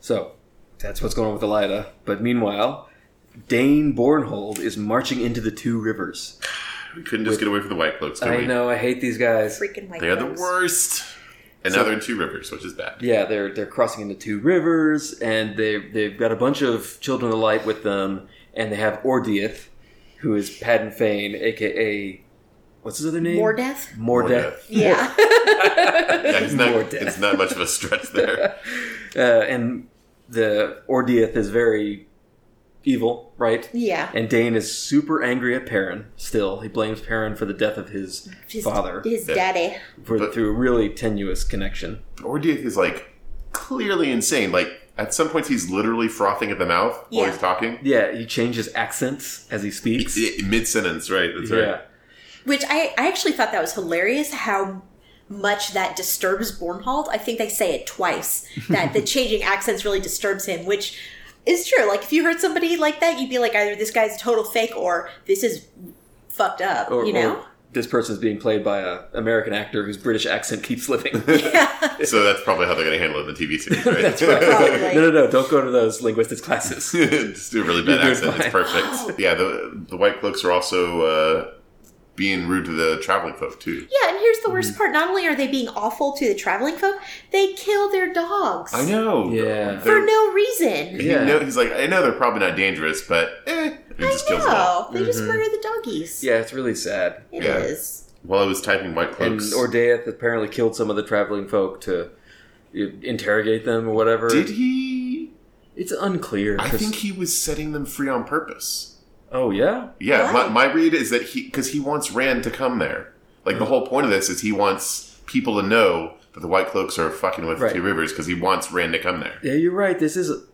Speaker 1: So that's what's going on with Elida. But meanwhile, Dane Bornhold is marching into the two rivers.
Speaker 3: We couldn't just get away from the White Cloaks. Could
Speaker 1: I
Speaker 3: we?
Speaker 1: know, I hate these guys.
Speaker 2: freaking white
Speaker 3: They are the
Speaker 2: clothes.
Speaker 3: worst. And
Speaker 1: So-
Speaker 3: now they're in two rivers, which is
Speaker 1: *laughs*
Speaker 3: bad.
Speaker 1: Yeah, they're they're crossing into two rivers, and they they've got a bunch of children of light with them, and they have Ordeath, who is Padden Fane, aka what's his other name?
Speaker 2: More
Speaker 1: *laughs*
Speaker 2: death?
Speaker 1: Mordeth.
Speaker 3: Mordeth.
Speaker 2: Yeah. *laughs*
Speaker 3: Yeah, it's not,
Speaker 1: More death.
Speaker 3: it's not much of a stretch
Speaker 1: *laughs*
Speaker 3: there.
Speaker 1: Uh, and the Ordeath is very evil, right?
Speaker 2: yeah.
Speaker 1: And Dane is super angry at Perrin. Still, he blames Perrin for the death of his
Speaker 2: His,
Speaker 1: father
Speaker 2: His
Speaker 3: Yeah.
Speaker 2: daddy.
Speaker 1: for,
Speaker 3: But-
Speaker 1: through a really tenuous connection.
Speaker 3: Ordeath is like clearly insane. Like at some points, he's literally frothing at the mouth while
Speaker 2: Yeah.
Speaker 3: he's talking.
Speaker 1: Yeah, he changes accents as he speaks.
Speaker 3: Mid sentence, right? That's right.
Speaker 1: Yeah,
Speaker 2: Which I, I actually thought that was hilarious how much that disturbs Bornhold. I think they say it twice that
Speaker 3: *laughs*
Speaker 2: the changing accents really disturbs him, which is true. Like, if you heard somebody like that, you'd be like, either this guy's a total fake or this is fucked up,
Speaker 1: or,
Speaker 2: you know?
Speaker 1: or this person's being played by a American actor whose British accent keeps
Speaker 3: *laughs*
Speaker 1: slipping.
Speaker 3: So that's probably how they're going to handle it in the TV series, right?
Speaker 1: *laughs* That's right.
Speaker 2: Probably.
Speaker 1: no, no, no! Don't go to those linguistics classes.
Speaker 3: *laughs* Just do a really bad
Speaker 1: You're
Speaker 3: accent.
Speaker 1: fine.
Speaker 3: It's
Speaker 1: *gasps*
Speaker 3: perfect. yeah, the the white cloaks are also uh, being rude to the traveling folk too.
Speaker 2: Yeah, and here's the
Speaker 3: Mm-hmm.
Speaker 2: worst part. Not only are they being awful to the traveling folk, they kill their dogs.
Speaker 3: I know.
Speaker 1: Yeah.
Speaker 2: For
Speaker 3: They're-
Speaker 2: no reason.
Speaker 3: he
Speaker 1: Yeah.
Speaker 3: know- he's like, I know they're probably not dangerous, but eh, and he just
Speaker 2: I
Speaker 3: kills them Mm-hmm. all.
Speaker 2: know. They just murder the doggies.
Speaker 1: yeah, it's really sad.
Speaker 2: It is.
Speaker 3: Yeah. *laughs* While I was typing white
Speaker 1: And
Speaker 3: cloaks,
Speaker 1: Ordeath apparently killed some of the traveling folk to uh, interrogate them or whatever.
Speaker 3: did he?
Speaker 1: It's unclear.
Speaker 3: I
Speaker 1: 'cause-
Speaker 3: think he was setting them free on purpose.
Speaker 1: oh yeah,
Speaker 3: Yeah,
Speaker 2: Why?
Speaker 3: my, my read is that he because he wants Rand to come there. Like
Speaker 1: Mm.
Speaker 3: the whole point of this is he wants people to know that the White Cloaks are fucking with
Speaker 1: Right.
Speaker 3: the Two Rivers because he wants Rand to
Speaker 2: *laughs*
Speaker 3: come there.
Speaker 1: Yeah, you're right. This is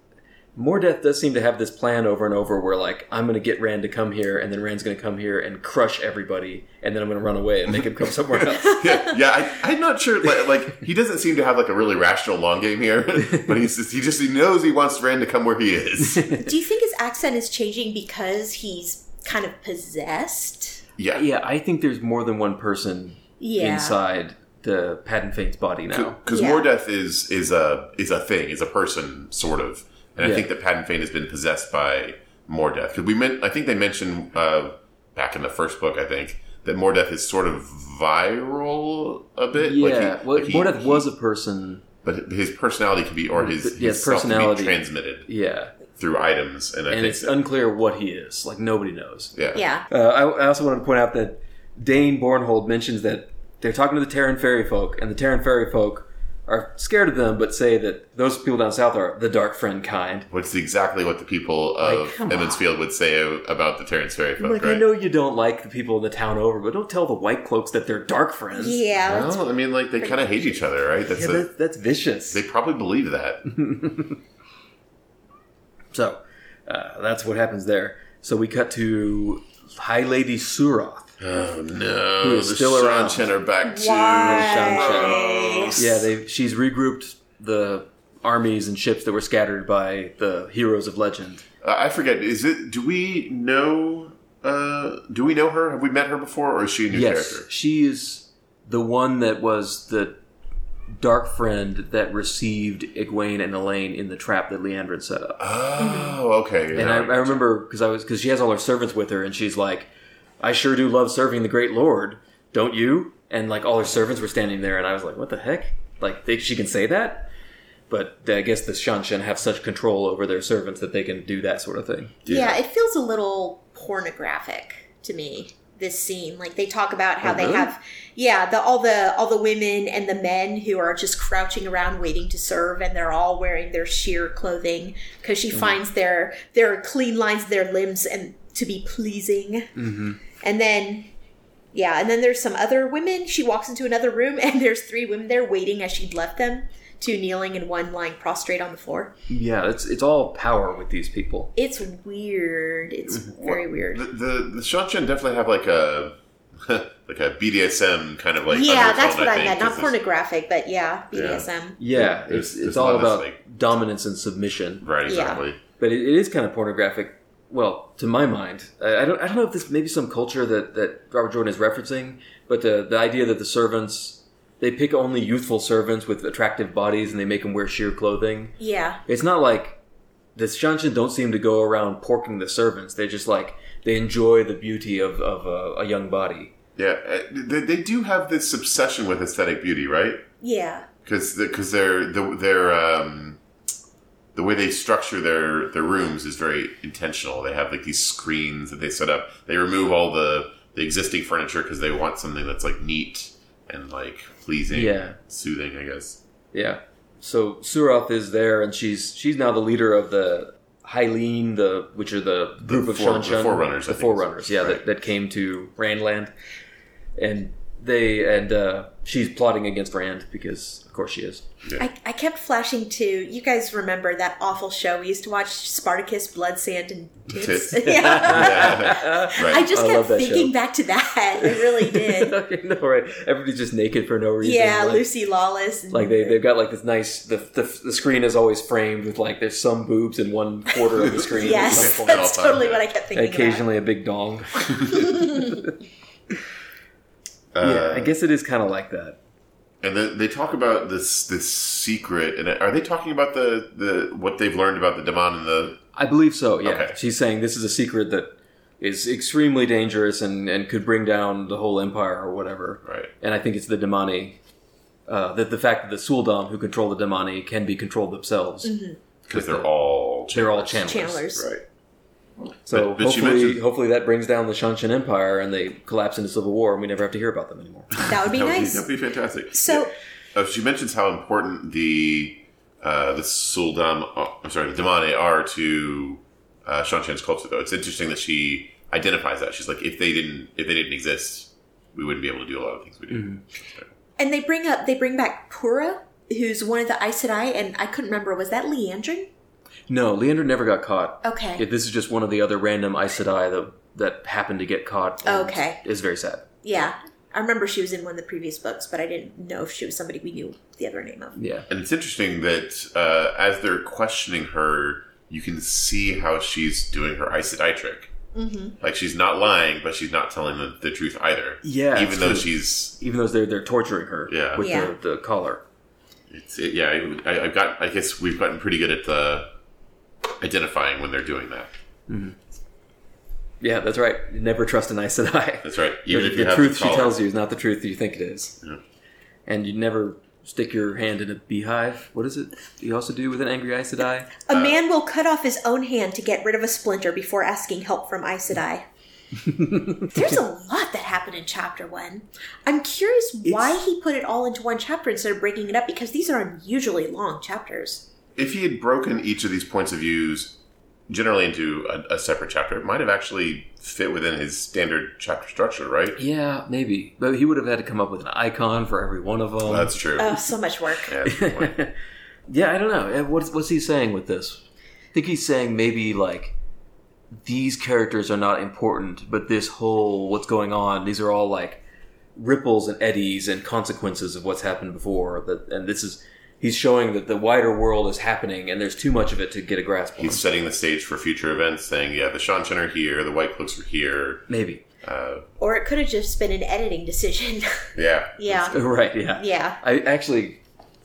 Speaker 1: Mordeth does seem to have this plan over and over where like I'm gonna get Rand to come here and then Rand's gonna come here and crush everybody and then I'm gonna run away and make him come somewhere else.
Speaker 3: *laughs* yeah, yeah I, I'm not sure. Like, like he doesn't seem to have like a really rational long game here, *laughs* but he's just, he just he knows he wants Rand to come where he
Speaker 1: *laughs*
Speaker 3: is.
Speaker 2: Do you think his accent is changing because he's kind of possessed?
Speaker 3: Yeah,
Speaker 1: yeah, I think there's more than one person
Speaker 2: Yeah.
Speaker 1: inside the Patton Faint's body now.
Speaker 3: because
Speaker 2: Yeah.
Speaker 3: Mordeath is is a is a thing, is a person sort of, and
Speaker 1: Yeah.
Speaker 3: I think that Patton Fane has been possessed by Mordeath because we meant I think they mentioned uh, back in the first book I think that Mordeth is sort of viral a bit.
Speaker 1: yeah,
Speaker 3: like he,
Speaker 1: well,
Speaker 3: like he-
Speaker 1: Mordeth was a person.
Speaker 3: but his personality can be, or his,
Speaker 1: Th- yes,
Speaker 3: his self can be
Speaker 1: personality.
Speaker 3: transmitted
Speaker 1: Yeah,
Speaker 3: through items, and I
Speaker 1: and
Speaker 3: think
Speaker 1: it's
Speaker 3: that-
Speaker 1: unclear what he is. Like nobody knows.
Speaker 3: yeah,
Speaker 2: Yeah.
Speaker 1: Uh, I, I also wanted to point out that Dane Bornhold mentions that they're talking to the Terran fairy folk, and the Terran fairy folk are scared of them, but say that those people down south are the dark friend kind.
Speaker 3: Which is exactly what the people of
Speaker 1: Like, come
Speaker 3: Emmons
Speaker 1: on.
Speaker 3: Field would say about the Terrence Ferry folk,
Speaker 1: Like
Speaker 3: right?
Speaker 1: I know you don't like the people in the town over, but don't tell the white cloaks that they're dark friends.
Speaker 2: Yeah. that's-
Speaker 3: Well, I mean, like they kind of hate each other, right? That's
Speaker 1: Yeah,
Speaker 3: a,
Speaker 1: that, that's vicious.
Speaker 3: they probably believe that.
Speaker 1: So uh, that's what happens there. So we cut to High Lady Suroth.
Speaker 3: Oh no!
Speaker 1: Who is
Speaker 3: the
Speaker 1: still around.
Speaker 3: Shanchen are back too.
Speaker 2: Why?
Speaker 3: Gross.
Speaker 1: Yeah, they she's regrouped the armies and ships that were scattered by the heroes of legend.
Speaker 3: Uh, I forget. Is it? Do we know? Uh, do we know her? Have we met her before, or is she a new
Speaker 1: yes,
Speaker 3: character?
Speaker 1: she is the one that was the dark friend that received Egwene and Elaine in the trap that Leandrin set up.
Speaker 3: Oh, okay.
Speaker 1: and I, I remember because I was because she has all her servants with her, and she's like, "I sure do love serving the great lord, don't you?" And like all her servants were standing there, and I was like, "What the heck? Like they, she can say that?" But uh, I guess the Shanshan have such control over their servants that they can do that sort of thing.
Speaker 2: Yeah. it feels a little pornographic to me. This scene, like they talk about how
Speaker 1: Oh,
Speaker 2: they
Speaker 1: really?
Speaker 2: have, yeah, the all the all the women and the men who are just crouching around waiting to serve, and they're all wearing their sheer clothing because she finds their their clean lines, of their limbs, and to be pleasing.
Speaker 1: Mm-hmm.
Speaker 2: And then, yeah, and then there's some other women. She walks into another room, *laughs* and there's three women there waiting as she'd left them, two kneeling and one lying prostrate on the floor.
Speaker 1: Yeah, it's it's all power with these people.
Speaker 2: It's weird. It's
Speaker 3: Mm-hmm.
Speaker 2: very weird.
Speaker 3: The the, the Shanchen definitely have like a *laughs* like a BDSM kind of like
Speaker 2: yeah,
Speaker 3: undertone,
Speaker 2: that's what I,
Speaker 3: think,
Speaker 2: meant. Not
Speaker 3: 'cause it's-
Speaker 2: pornographic, but yeah, BDSM.
Speaker 1: Yeah,
Speaker 3: There's-
Speaker 1: it's
Speaker 3: there's
Speaker 1: it's
Speaker 3: a lot
Speaker 1: all
Speaker 3: of this,
Speaker 1: about
Speaker 3: like-
Speaker 1: dominance and submission.
Speaker 3: Right,
Speaker 2: Yeah.
Speaker 3: exactly.
Speaker 1: but it, it is kind of pornographic. Well, to my mind, I, I don't. I don't know if this maybe some culture that that Robert Jordan is referencing, but the the idea that the servants they pick only youthful servants with attractive bodies and they make them wear sheer clothing.
Speaker 2: Yeah,
Speaker 1: It's not like the Shanshan don't seem to go around porking the servants. They just like they enjoy the beauty of of a, a young body.
Speaker 3: Yeah, uh, they, they do have this obsession with aesthetic beauty, right?
Speaker 2: yeah,
Speaker 3: Because because they're the, they're um, the way they structure their their rooms is very intentional. They have like these screens that they set up. They remove all the the existing furniture because they want something that's like neat and like pleasing,
Speaker 1: Yeah.
Speaker 3: soothing, I
Speaker 1: *laughs*
Speaker 3: guess. *laughs*
Speaker 1: Yeah. So Suroth is there, and she's she's now the leader of the Hyline, the which are the group of
Speaker 3: four- the
Speaker 1: Shanshan,
Speaker 3: Forerunners, I
Speaker 1: the
Speaker 3: think.
Speaker 1: forerunners, yeah, that,
Speaker 3: Right.
Speaker 1: that came to Randland, and they and uh, she's plotting against Rand because of course she is.
Speaker 2: I, I kept flashing to you guys remember that awful show we used to watch Spartacus, Blood, Sand, and Tits. *laughs*
Speaker 3: Tits. *laughs*
Speaker 2: yeah.
Speaker 3: *laughs* Yeah.
Speaker 2: *laughs* I
Speaker 3: right.
Speaker 2: just
Speaker 1: I love
Speaker 2: kept
Speaker 1: that
Speaker 2: thinking
Speaker 1: show.
Speaker 2: back to that. *laughs* It
Speaker 1: *laughs*
Speaker 2: really did.
Speaker 1: okay, no, right? Everybody's just naked for no reason.
Speaker 2: yeah,
Speaker 1: like,
Speaker 2: Lucy Lawless. and-
Speaker 1: Like they they've got like this nice the, the the screen is always framed with like there's some boobs in one quarter of the screen. at some
Speaker 2: *laughs* yes,
Speaker 1: point.
Speaker 2: that's
Speaker 3: all time,
Speaker 2: totally
Speaker 3: yeah.
Speaker 2: what I kept thinking. about.
Speaker 1: Occasionally a big dong. *laughs* yeah,
Speaker 3: Uh,
Speaker 1: I guess it is kind of like that.
Speaker 3: And then they talk about this this secret. And are they talking about the, the what they've learned about the demon and the
Speaker 1: I believe so. Yeah,
Speaker 3: Okay.
Speaker 1: she's saying this is a secret that is extremely dangerous and, and could bring down the whole empire or whatever.
Speaker 3: right?
Speaker 1: And I think it's the Demani uh, that the fact that the Suldam who control the Demani can be controlled themselves.
Speaker 3: Because they're all
Speaker 1: They're all channelers.
Speaker 2: Chandler's.
Speaker 3: right.
Speaker 1: So
Speaker 3: But- but she
Speaker 1: hopefully,
Speaker 3: mentioned-
Speaker 1: hopefully that brings down the Shanshan Empire and they collapse into civil war and we never have to hear about them anymore.
Speaker 2: *laughs* That would be
Speaker 3: That would
Speaker 2: nice.
Speaker 3: That'd be fantastic.
Speaker 2: So-
Speaker 3: Yeah. Uh, she mentions how important the uh, the Suldam, uh, I'm sorry, the Damane are to uh, Shan Chan's culture. Though it's interesting that she identifies that. She's like, if they didn't, if they didn't exist, we wouldn't be able to do a lot of things we do.
Speaker 2: And they bring up they bring back Pura, who's one of the Aes Sedai, and I couldn't remember was that Leandrin?
Speaker 1: no, Leander never got caught.
Speaker 2: Okay,
Speaker 1: Yeah, This is just one of the other random Aes Sedai that, that happened to get caught. and
Speaker 2: Okay.
Speaker 1: Is very sad.
Speaker 2: yeah, I remember she was in one of the previous books, but I didn't know if she was somebody we knew the other name of.
Speaker 1: Yeah.
Speaker 3: And it's interesting that uh, as they're questioning her, you can see how she's doing her Aes Sedai trick.
Speaker 2: Mm-hmm.
Speaker 3: Like she's not lying, but she's not telling the, the truth either.
Speaker 1: Yeah.
Speaker 3: Even though
Speaker 1: she's.
Speaker 3: she's
Speaker 1: even though they're they're torturing her
Speaker 3: Yeah.
Speaker 1: with
Speaker 2: Yeah.
Speaker 1: The, the collar.
Speaker 3: It's, it, yeah, I, I- I've got. I guess we've uh, gotten pretty good at the identifying when they're doing that.
Speaker 1: Yeah, that's right. Never trust an Aes Sedai.
Speaker 3: That's right. Even
Speaker 1: the
Speaker 3: if you
Speaker 1: the
Speaker 3: have
Speaker 1: truth
Speaker 3: to
Speaker 1: she
Speaker 3: follow.
Speaker 1: tells you is not the truth you think it is.
Speaker 3: Yeah.
Speaker 1: And you never stick your hand in a beehive. What is it you also do with an angry Aes Sedai?
Speaker 2: A man will cut off his own hand to get rid of a splinter before asking help from Aes
Speaker 1: *laughs*
Speaker 2: Sedai. There's a lot that happened in chapter one. I'm curious why
Speaker 1: It's-
Speaker 2: he put it all into one chapter instead of breaking it up because these are unusually long chapters.
Speaker 3: If he had broken each of these points of views generally into a, a separate chapter, it might have actually fit within his standard chapter structure, right?
Speaker 1: Yeah, maybe. But he would have had to come up with an icon for every one of them.
Speaker 3: That's true.
Speaker 2: Oh, so much work.
Speaker 3: Yeah, that's a *laughs* good point.
Speaker 1: *laughs* yeah, I don't know. Eh, What's, what's he saying with this? I think he's saying maybe like these characters are not important, but this whole what's going on, these are all like ripples and eddies and consequences of what's happened before. That and this is he's showing that the wider world is happening, and there's too much of it to get a grasp on.
Speaker 3: He's setting the stage for future events, saying, "Yeah, the Shanshan are here, the White Cloaks are here."
Speaker 1: maybe
Speaker 3: Uh,
Speaker 2: Or it could have just been an editing decision. *laughs*
Speaker 3: yeah,
Speaker 2: yeah.
Speaker 1: *laughs* right? Yeah.
Speaker 2: Yeah.
Speaker 1: I actually,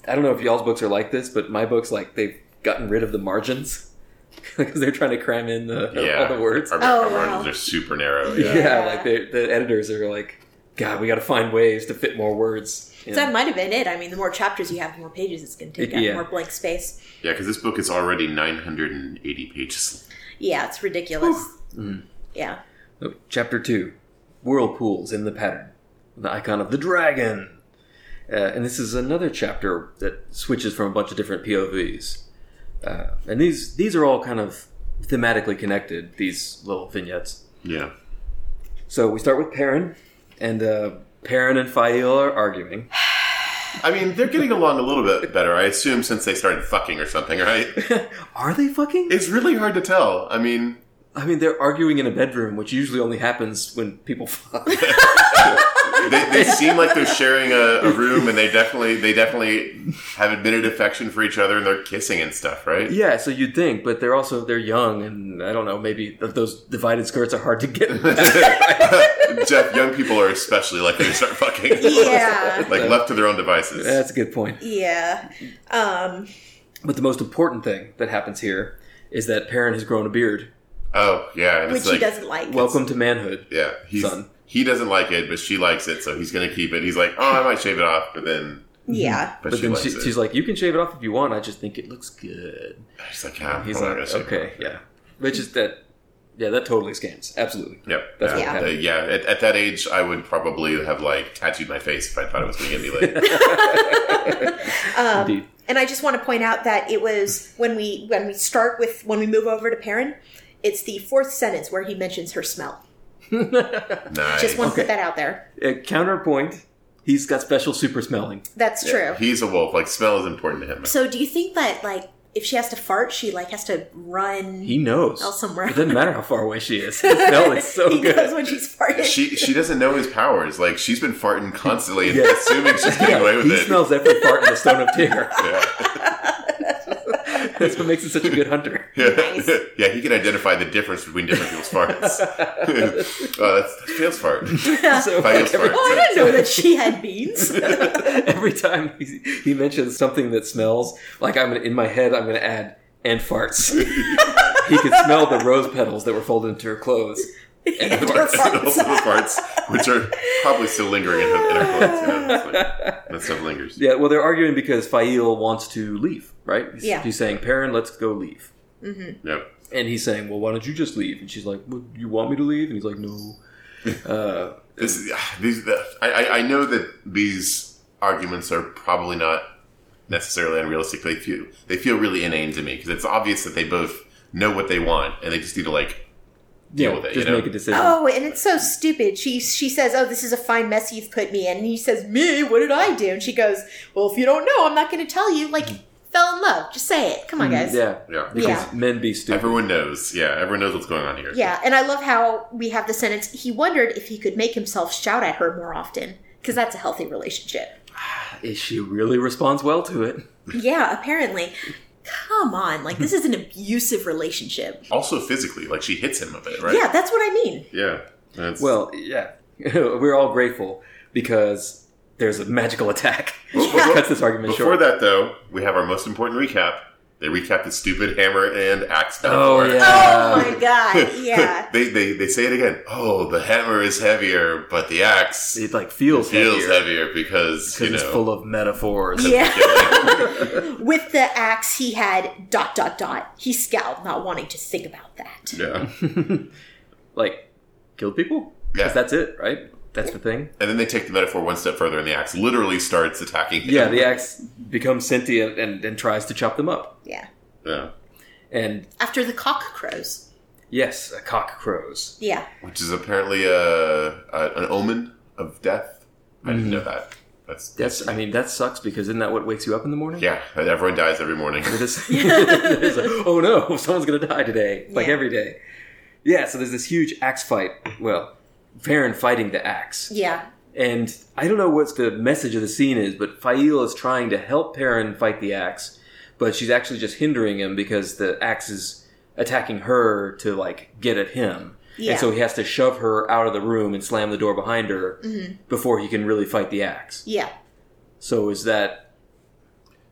Speaker 1: I don't know if y'all's books are like this, but my books like they've gotten rid of the margins *laughs* because they're trying to cram in the,
Speaker 3: yeah.
Speaker 1: all the words.
Speaker 3: Our,
Speaker 2: Oh,
Speaker 3: our
Speaker 2: wow.
Speaker 3: margins are super narrow. Yeah.
Speaker 1: yeah.
Speaker 2: Yeah.
Speaker 1: like the, the editors are like, God, we got to find ways to fit more words. in."
Speaker 2: So that might have been it. I mean, the more chapters you have, the more pages it's going to take up,
Speaker 1: Yeah.
Speaker 2: more blank space.
Speaker 3: Yeah, because this book is already 980 pages.
Speaker 2: Yeah, it's ridiculous.
Speaker 1: Mm.
Speaker 2: Yeah.
Speaker 1: Oh, Chapter two, whirlpools in the pattern, the icon of the dragon, uh, and this is another chapter that switches from a bunch of different POVs, uh, and these these are all kind of thematically connected. These little vignettes.
Speaker 3: Yeah.
Speaker 1: So we start with Perrin, and uh, Perrin and Fael are arguing. *laughs*
Speaker 3: I mean, they're getting along a little bit better, I assume, since they started fucking or something, *laughs* right?
Speaker 1: Are they fucking?
Speaker 3: It's really hard to tell. I mean,
Speaker 1: I mean, they're arguing in a bedroom, which usually only happens when people *laughs* fuck.
Speaker 3: they, they seem like they're sharing a, a room, and they definitely they definitely have admitted affection for each other, and they're kissing and stuff, right?
Speaker 1: yeah, so you'd think, but they're also they're young, and I don't know, maybe th- those divided skirts are hard to
Speaker 3: *laughs*
Speaker 1: get.
Speaker 3: Jeff, young people are especially likely to start fucking.
Speaker 2: Yeah.
Speaker 3: like left to their own devices.
Speaker 1: That's a good point. *laughs*
Speaker 2: Yeah. Um,
Speaker 1: But the most important thing that happens here is that Perrin has grown a beard.
Speaker 3: oh yeah, and
Speaker 2: which
Speaker 3: it's like
Speaker 2: he doesn't like.
Speaker 1: Welcome to manhood.
Speaker 3: yeah, he's
Speaker 1: Son.
Speaker 3: he doesn't like it, but she likes it, so he's gonna keep it. He's like, oh, I might shave it off, but then
Speaker 2: yeah.
Speaker 3: but,
Speaker 1: But
Speaker 3: she
Speaker 1: then
Speaker 3: likes
Speaker 1: she,
Speaker 3: it.
Speaker 1: she's like, "You can shave it off if you want. I just think it looks good."
Speaker 3: She's like, yeah,
Speaker 1: He's
Speaker 3: I'm not
Speaker 1: like,
Speaker 3: gonna shave it
Speaker 1: "Okay,
Speaker 3: off."
Speaker 1: yeah," which is that. Yeah, that totally scans. Absolutely.
Speaker 3: *laughs*
Speaker 1: *laughs*
Speaker 3: Yep.
Speaker 1: That's
Speaker 2: what
Speaker 3: yeah.
Speaker 1: happened.
Speaker 3: yeah. At, at that age, I would probably have like tattooed my face if I thought it was going to get
Speaker 1: *laughs*
Speaker 3: me laid.
Speaker 2: Um, *laughs*
Speaker 1: Indeed.
Speaker 2: And I just want to point out that it was when we when we start with when we move over to Perrin, it's the fourth sentence where he mentions her smell.
Speaker 3: nice.
Speaker 2: Just want
Speaker 1: Okay.
Speaker 2: to put that out there.
Speaker 1: Uh, counterpoint, he's got special super smelling.
Speaker 2: That's true.
Speaker 3: He's a wolf. Like smell is important to him.
Speaker 2: So do you think that like if she has to fart, she like has to run?
Speaker 1: He knows.
Speaker 2: Smell somewhere.
Speaker 1: It doesn't matter how far away she
Speaker 2: *laughs*
Speaker 1: is. The smell is so
Speaker 2: he knows
Speaker 1: good.
Speaker 2: when she's farting.
Speaker 3: She she doesn't know his powers. Like she's been farting constantly,
Speaker 1: *laughs*
Speaker 3: and
Speaker 1: Yeah.
Speaker 3: assuming she's getting away with
Speaker 1: He
Speaker 3: it.
Speaker 1: smells every part in the Stone of Tear.
Speaker 3: *laughs* yeah.
Speaker 1: That's what makes him such a good
Speaker 2: *laughs*
Speaker 1: hunter.
Speaker 3: Yeah.
Speaker 2: Nice.
Speaker 3: *laughs* yeah, he can identify the difference between different people's
Speaker 1: *laughs*
Speaker 3: farts. *laughs* oh, that's, that's Fail's fart.
Speaker 1: So
Speaker 3: Fail's
Speaker 1: like, every,
Speaker 3: fart.
Speaker 2: *laughs* oh, I didn't know that she had
Speaker 1: *laughs*
Speaker 2: beans. *laughs*
Speaker 1: every time he, he mentions something that smells, like I'm gonna, in my head, I'm going to add and farts. *laughs* he could smell the rose petals that were folded into her clothes. And
Speaker 2: And her
Speaker 3: *laughs*
Speaker 1: farts.
Speaker 2: farts.
Speaker 3: also the farts, which are probably still lingering in, in our clothes. You know, it's like, that stuff lingers.
Speaker 1: Yeah, well, they're arguing because Fail wants to leave, right? He's-
Speaker 2: Yeah.
Speaker 1: He's saying, Perrin, let's go leave.
Speaker 3: Yep.
Speaker 1: And he's saying, "Well, why don't you just leave?" And she's like, well, "You want me to leave?" And he's like,
Speaker 3: *laughs*
Speaker 1: "No." Uh,
Speaker 3: This, *sighs* is- ah, these, the, I, I- I know that these arguments are probably not necessarily unrealistic. They feel they feel really inane to me because it's obvious that they both know what they want and they just need to like.
Speaker 1: yeah,
Speaker 3: Deal with it,
Speaker 1: just
Speaker 3: you know?
Speaker 1: make a decision.
Speaker 2: Oh, and it's so stupid. She she says, "Oh, this is a fine mess you've put me in." And he says, "Me? What did I do?" And she goes, "Well, if you don't know, I'm not going to tell you." Like, fell in love. Just say it. Come on, guys.
Speaker 1: Mm. Yeah,
Speaker 3: Yeah.
Speaker 1: because
Speaker 2: Yeah.
Speaker 1: men be stupid.
Speaker 3: Everyone knows. Yeah, everyone knows what's going on here.
Speaker 2: Yeah, and I love how we have the sentence. He wondered if he could make himself shout at her more often because that's a healthy
Speaker 1: *laughs*
Speaker 2: relationship.
Speaker 1: Is she really responds well to it?
Speaker 2: yeah, apparently. Come on, like this is an abusive relationship.
Speaker 3: Also physically, like she hits him a bit, right?
Speaker 2: Yeah, that's what I mean.
Speaker 3: Yeah. That's,
Speaker 1: Well, yeah, *laughs* we're all grateful because there's a magical *laughs* attack
Speaker 3: Well,
Speaker 1: that
Speaker 3: well,
Speaker 1: cuts this argument
Speaker 3: before
Speaker 1: short.
Speaker 3: that though, we have our most important recap. They recap the stupid hammer and axe.
Speaker 1: Oh,
Speaker 3: metaphor.
Speaker 1: yeah.
Speaker 2: oh
Speaker 1: *laughs*
Speaker 2: my God, *laughs* yeah.
Speaker 3: *laughs* they, they they say it again. Oh, the hammer is heavier, but the axe
Speaker 1: It like feels
Speaker 3: feels
Speaker 1: heavier
Speaker 3: heavier, because you
Speaker 1: because it's
Speaker 3: know. *laughs*
Speaker 1: full of metaphors.
Speaker 2: Yeah. With the axe, he had dot dot dot. He scowled, not wanting to think about
Speaker 1: *laughs*
Speaker 2: that.
Speaker 3: yeah.
Speaker 1: like kill people. 'Cause
Speaker 3: Yeah.
Speaker 1: that's it, right? That's the thing.
Speaker 3: And then they take the metaphor one step further, and the axe literally starts attacking. Him.
Speaker 1: Yeah, the axe becomes sentient and, and tries to chop them up.
Speaker 2: Yeah.
Speaker 3: yeah,
Speaker 1: And
Speaker 2: After the cock crows.
Speaker 1: yes, a cock crows.
Speaker 2: Yeah.
Speaker 3: which is apparently a, a an omen of death. I didn't
Speaker 1: Mm-hmm.
Speaker 3: know that. That's
Speaker 1: That's I mean that sucks because isn't that what wakes you up in the morning?
Speaker 3: yeah. and Everyone dies every
Speaker 2: *laughs*
Speaker 3: morning. *laughs*
Speaker 1: This, *laughs* there's a, oh no, *laughs* someone's gonna die today, like
Speaker 2: Yeah.
Speaker 1: every day. Yeah, so there's this huge axe fight. Well, Farron fighting the axe,
Speaker 2: Yeah.
Speaker 1: and I don't know what the message of the scene is, but Fail is trying to help Perrin fight the axe, but she's actually just hindering him because the axe is attacking her to like get at him.
Speaker 2: Yeah.
Speaker 1: And so he has to shove her out of the room and slam the door behind her before he can really fight the axe.
Speaker 2: mm-hmm, Yeah.
Speaker 1: So is that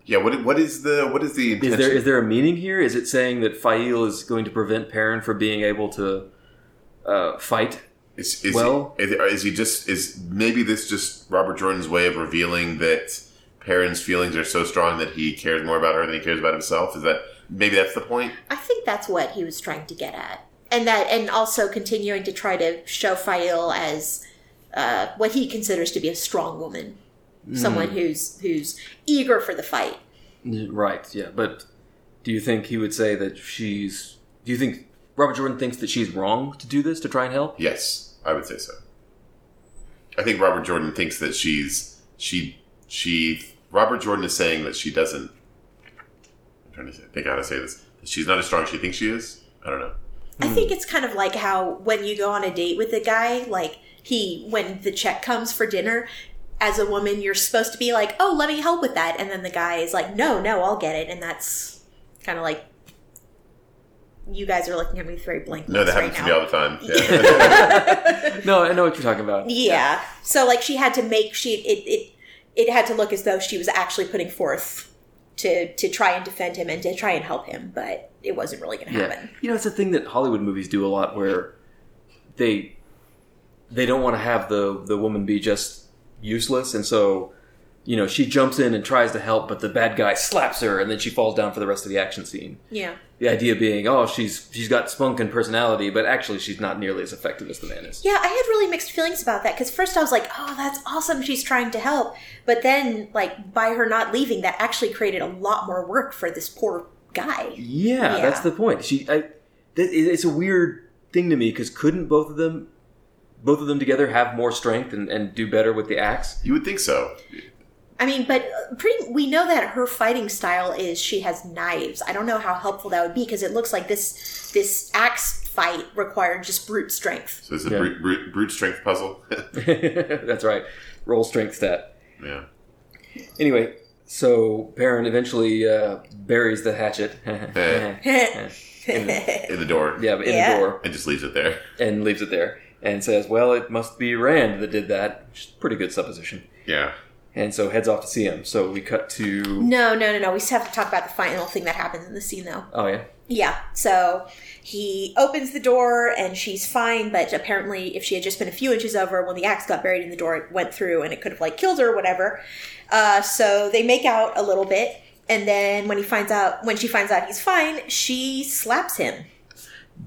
Speaker 3: Yeah. What what is the what is the
Speaker 1: Is
Speaker 3: intention?
Speaker 1: there is there a meaning here? Is it saying that Fail is going to prevent Perrin from being able to uh, fight?
Speaker 3: Is, is
Speaker 1: Well-
Speaker 3: he, is, is he just is maybe this just Robert Jordan's way of revealing that Perrin's feelings are so strong that he cares more about her than he cares about himself? Is that maybe that's the point?
Speaker 2: I think that's what he was trying to get at, and that, and also continuing to try to show Fael as uh, what he considers to be a strong woman, someone who's who's eager for the fight.
Speaker 1: Right. Yeah. But do you think he would say that she's? Do you think Robert Jordan thinks that she's wrong to do this to try and
Speaker 3: *laughs*
Speaker 1: help?
Speaker 3: Yes, I would say so. I think Robert Jordan thinks that she's she she Robert Jordan is saying that she doesn't. I'm trying to think how to say this. That she's not as strong as she thinks she is. I don't know.
Speaker 2: I
Speaker 3: Hmm.
Speaker 2: think it's kind of like how when you go on a date with a guy, like he, when the check comes for dinner, as a woman, you're supposed to be like, oh, let me help with that. And then the guy is like, no, no, I'll get it. And that's kind of like, you guys are looking at me with very blank
Speaker 3: No, that
Speaker 2: looks
Speaker 3: happens
Speaker 2: right
Speaker 3: to
Speaker 2: now.
Speaker 3: me all the
Speaker 2: *laughs*
Speaker 3: time. Yeah. *laughs*
Speaker 1: No, I know what you're talking about.
Speaker 2: Yeah. So like she had to make she it, it it had to look as though she was actually putting forth to to try and defend him and to try and help him, but it wasn't really going to
Speaker 1: Yeah.
Speaker 2: happen.
Speaker 1: You know, it's a thing that Hollywood movies do a lot, where they they don't want to have the the woman be just useless, and so. You know, she jumps in and tries to help, but the bad guy slaps her, and then she falls down for the rest of the action scene.
Speaker 2: Yeah.
Speaker 1: The idea being, oh, she's she's got spunk and personality, but actually she's not nearly as effective as the man is.
Speaker 2: Yeah, I had really mixed feelings about that because first I was like, "Oh, that's awesome! She's trying to help," but then, like, by her not leaving, that actually created a lot more work for this poor guy.
Speaker 1: Yeah,
Speaker 2: Yeah.
Speaker 1: that's the point. She, I, th- it- it's a weird thing to me because couldn't both of them, both of them together, have more strength and, and do better with the axe? *laughs*
Speaker 3: you would think so.
Speaker 2: I mean, but uh, pretty, we know that her fighting style is she has knives. I don't know how helpful that would be because it looks like this this axe fight required just brute strength. *laughs*
Speaker 3: So it's a
Speaker 1: Yeah.
Speaker 3: brute, brute, brute strength puzzle. *laughs*
Speaker 1: that's right. Roll strength stat.
Speaker 3: yeah.
Speaker 1: Anyway, so Perrin eventually uh, buries the hatchet *laughs* in,
Speaker 3: In the door.
Speaker 1: yeah, in
Speaker 2: Yeah.
Speaker 1: the door
Speaker 3: And just leaves it there.
Speaker 1: and leaves it there and says, "Well, it must be Rand that did that." Which is a pretty good supposition.
Speaker 3: Yeah.
Speaker 1: and so heads off to see him. So we cut to
Speaker 2: *laughs* No, no, no, no. We still have to talk about the final thing that happens in the scene, though.
Speaker 1: oh yeah,
Speaker 2: Yeah. So he opens the door and she's fine, but apparently, if she had just been a few inches over when the axe got buried in the door, it went through and it could have like killed her or whatever. Uh, so they make out a little bit, and then when he finds out, when she finds out he's fine, she slaps him,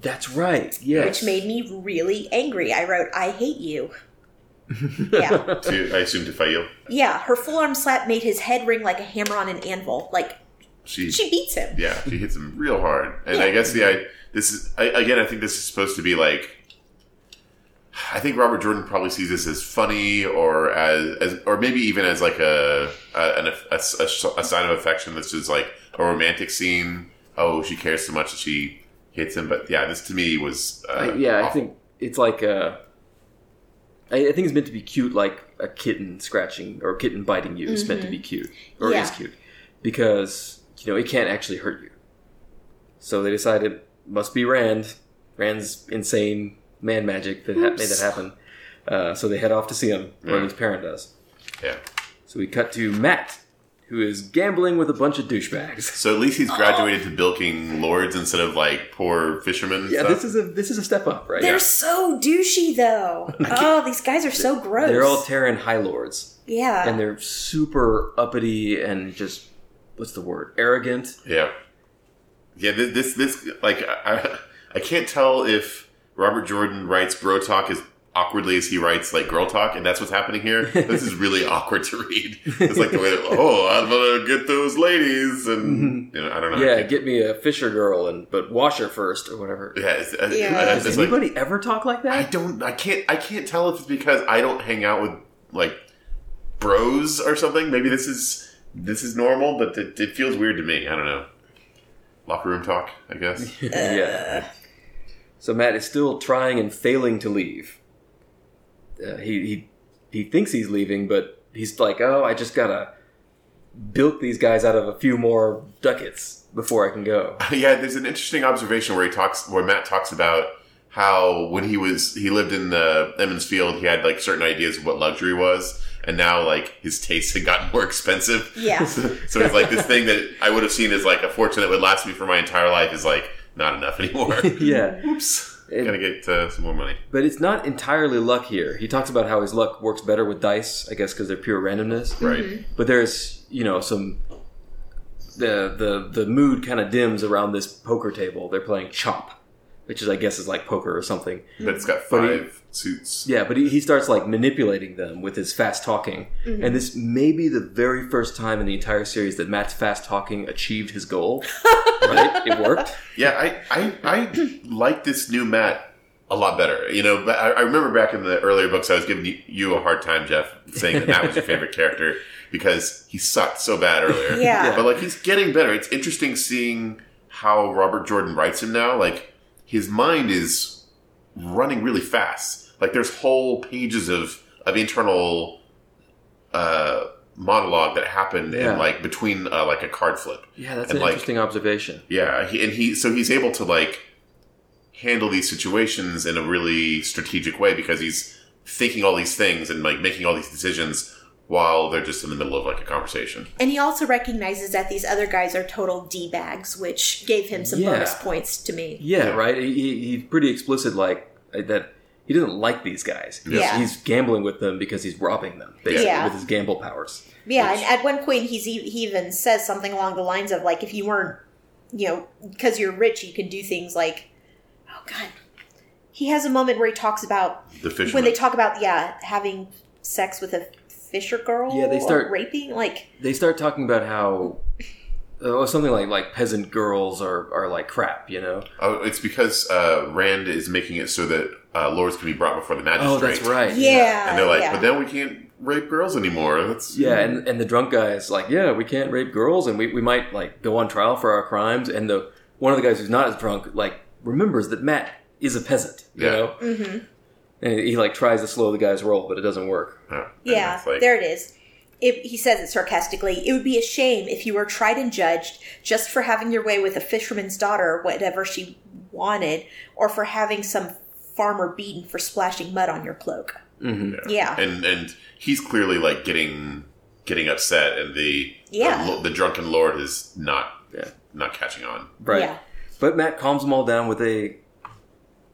Speaker 1: that's right. Yes,
Speaker 2: which
Speaker 1: *laughs*
Speaker 2: made me really angry. I wrote, "I hate you." yeah,
Speaker 3: To, I assume to Fail.
Speaker 2: yeah. Her full arm slap made his head ring like a hammer on an anvil. Like she beats him.
Speaker 3: Yeah, she hits him real hard, and
Speaker 2: Yeah.
Speaker 3: I guess the I this is I, again. I think this is supposed to be like. I think Robert Jordan probably sees this as funny, or as, as or maybe even as like a a, an, a, a sign of affection. This is like a romantic scene. Oh, she cares so much that she hits him. But yeah, this to me was uh,
Speaker 1: I- yeah. I
Speaker 3: awful.
Speaker 1: think it's like uh, I, I think it's meant to be cute, like a kitten scratching or kitten biting you is meant to be cute or
Speaker 2: Mm-hmm. Yeah.
Speaker 1: is cute because you know it can't actually hurt you. So they decide it must be Rand. Rand's insane man magic that ha- made that happen. Uh, so they head off to see him, or
Speaker 3: Yeah.
Speaker 1: his parent does.
Speaker 3: yeah.
Speaker 1: So we cut to Matt, who is gambling with a bunch of douchebags.
Speaker 3: So at least
Speaker 1: Oh.
Speaker 3: he's graduated to bilking lords instead of like poor fishermen. and
Speaker 1: Yeah,
Speaker 3: stuff.
Speaker 1: this is a this is a step up, right?
Speaker 2: They're so douchey,
Speaker 1: *laughs*
Speaker 2: though. Oh, these guys are so gross.
Speaker 1: They're all Terran High Lords,
Speaker 2: yeah.
Speaker 1: and they're super uppity and just what's the word? Arrogant.
Speaker 3: yeah, yeah. thi- This this like I I can't tell if Robert Jordan writes bro talk as awkwardly as he writes like girl talk, and that's what's
Speaker 1: *laughs*
Speaker 3: happening here. This is really awkward to read. It's like the way that oh I'm gonna get those ladies, and you know, I don't know. I
Speaker 1: Mm-hmm. Yeah,
Speaker 3: can't-
Speaker 1: get me a Fisher girl and but wash her first or whatever.
Speaker 3: yeah. It's, uh,
Speaker 2: Yeah.
Speaker 3: uh,
Speaker 1: Does
Speaker 3: it's like-
Speaker 1: anybody ever talk like
Speaker 3: I
Speaker 1: that?
Speaker 3: don't. I can't. I can't tell if it's because I don't hang out with like bros or something. Maybe this is this is normal, but it, it feels weird to me. I don't know. Locker room talk, I guess.
Speaker 1: *laughs* yeah. So Matt is still trying and failing to leave. Uh, he he he thinks he's leaving, but he's like, "Oh, I just gotta bilk these guys out of a few more ducats before I can go."
Speaker 3: *laughs* yeah, there's an interesting observation where he talks, where Matt talks about how when he was he lived in the Emmons Field, he had like certain ideas of what luxury was, and now like his tastes had gotten *laughs* more expensive.
Speaker 1: *laughs*
Speaker 2: Yeah.
Speaker 3: so, so it's like this thing that I would have seen as like a fortune that would last me for my entire life is like not enough
Speaker 1: *laughs*
Speaker 3: anymore.
Speaker 1: yeah,
Speaker 3: Oops.
Speaker 1: It-
Speaker 3: Gotta get uh, some more money.
Speaker 1: but it's not entirely luck here. He talks about how his luck works better with dice, I guess, because they're pure randomness.
Speaker 3: Right.
Speaker 1: But there's you know some the the the mood kind of dims around this poker table. They're playing chop, which is I guess is like poker or something.
Speaker 3: But it's got
Speaker 1: But he-
Speaker 3: five suits.
Speaker 1: Yeah, but he, he starts like manipulating them with his fast talking. And this may be the very first time in the entire series that Matt's fast talking achieved his goal. right? It worked.
Speaker 3: Yeah, I, I, I like this new Matt a lot better. You know, but I, I remember back in the earlier books, I was giving you, you a hard time, Jeff, saying that Matt was your favorite character because he sucked so bad earlier.
Speaker 2: *laughs* Yeah.
Speaker 3: But like, he's getting better. It's interesting seeing how Robert Jordan writes him now. Like, his mind is running really fast. Like, there's whole pages of, of internal, uh, monologue that happened
Speaker 1: Yeah.
Speaker 3: in like between uh, like a card flip
Speaker 1: Yeah, that's
Speaker 3: And,
Speaker 1: an
Speaker 3: like-
Speaker 1: interesting observation.
Speaker 3: yeah, he, and he so he's able to like handle these situations in a really strategic way because he's thinking all these things and like making all these decisions while they're just in the middle of like a conversation.
Speaker 2: And he also recognizes that these other guys are total D bags, which gave him some
Speaker 1: Yeah.
Speaker 2: bonus points to me.
Speaker 1: Yeah,
Speaker 3: Yeah.
Speaker 1: right? He, he, he's pretty explicit, like, uh, that he doesn't like these guys. He's,
Speaker 2: Yeah.
Speaker 1: he's gambling with them because he's robbing them, basically,
Speaker 2: Yeah.
Speaker 1: with his gamble powers.
Speaker 2: Yeah, and at one point he's e- he even says something along the lines of like, if you weren't, you know, because you're rich, you can do things like, oh god, he has a moment where he talks about
Speaker 3: The fisherman.
Speaker 2: when they talk about yeah having sex with a fisher girl.
Speaker 1: Yeah, they
Speaker 2: or
Speaker 1: start-
Speaker 2: raping like
Speaker 1: They start talking about how. Oh, something like like peasant girls are, are like crap, you know.
Speaker 3: oh, it's because uh, Rand is making it so that uh, lords can be brought before the magistrate.
Speaker 1: Oh, that's right.
Speaker 2: yeah,
Speaker 3: And they're like,
Speaker 2: yeah.
Speaker 3: but then we can't rape girls anymore. That's
Speaker 1: Yeah, and, and the drunk guy is like, yeah, we can't rape girls, and we, we might like go on trial for our crimes. And the one of the guys who's not as drunk like remembers that Matt is a peasant, you
Speaker 3: Yeah.
Speaker 1: know,
Speaker 2: hmm
Speaker 1: and he like tries to slow the guy's roll, but it doesn't work.
Speaker 3: Oh, and
Speaker 2: Yeah,
Speaker 3: it's like-
Speaker 2: there it is. It, he says it sarcastically. It would be a shame if you were tried and judged just for having your way with a fisherman's daughter, whatever she wanted, or for having some farmer beaten for splashing mud on your cloak.
Speaker 1: hmm
Speaker 2: Yeah.
Speaker 3: and and he's clearly like getting getting upset, and the
Speaker 2: Yeah.
Speaker 3: the, lo- the drunken lord is not
Speaker 1: Yeah.
Speaker 3: not catching on.
Speaker 1: Right.
Speaker 2: Yeah.
Speaker 1: But Matt calms them all down with a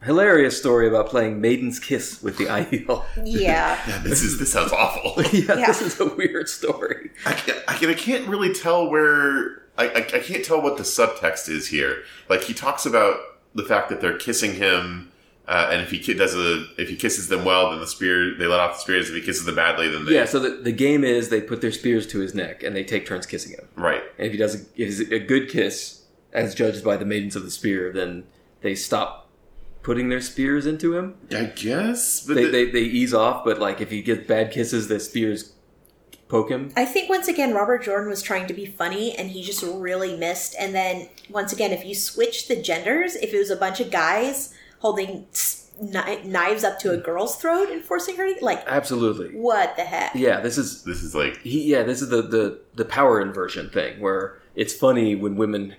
Speaker 1: hilarious story about playing Maiden's Kiss with the IEL.
Speaker 2: Yeah.
Speaker 3: Yeah, this is this sounds *laughs* awful.
Speaker 1: *laughs* yeah,
Speaker 2: Yeah.
Speaker 1: this is a weird story.
Speaker 3: I, can't- I, can, I can't really tell where I, I, I can't tell what the subtext is here. Like he talks about the fact that they're kissing him, uh, and if he ki- does a if he kisses them well, then the spear they let off the spears. If he kisses them badly, then they
Speaker 1: Yeah, so the, the game is they put their spears to his neck and they take turns kissing him.
Speaker 3: right.
Speaker 1: And if he does a, if it's a good kiss, as judged by the maidens of the spear, then they stop putting their spears into him.
Speaker 3: I guess, but
Speaker 1: They,
Speaker 3: the-
Speaker 1: they, they ease off, but like if he gets bad kisses, the spears poke him.
Speaker 2: I think once again, Robert Jordan was trying to be funny and he just really missed. And then once again, if you switch the genders, if it was a bunch of guys holding s- kni- knives up to a girl's throat and forcing her to, like,
Speaker 1: Absolutely,
Speaker 2: what the heck?
Speaker 1: yeah. This is
Speaker 3: this is like
Speaker 1: he, yeah. This is the, the the power inversion thing where it's funny when women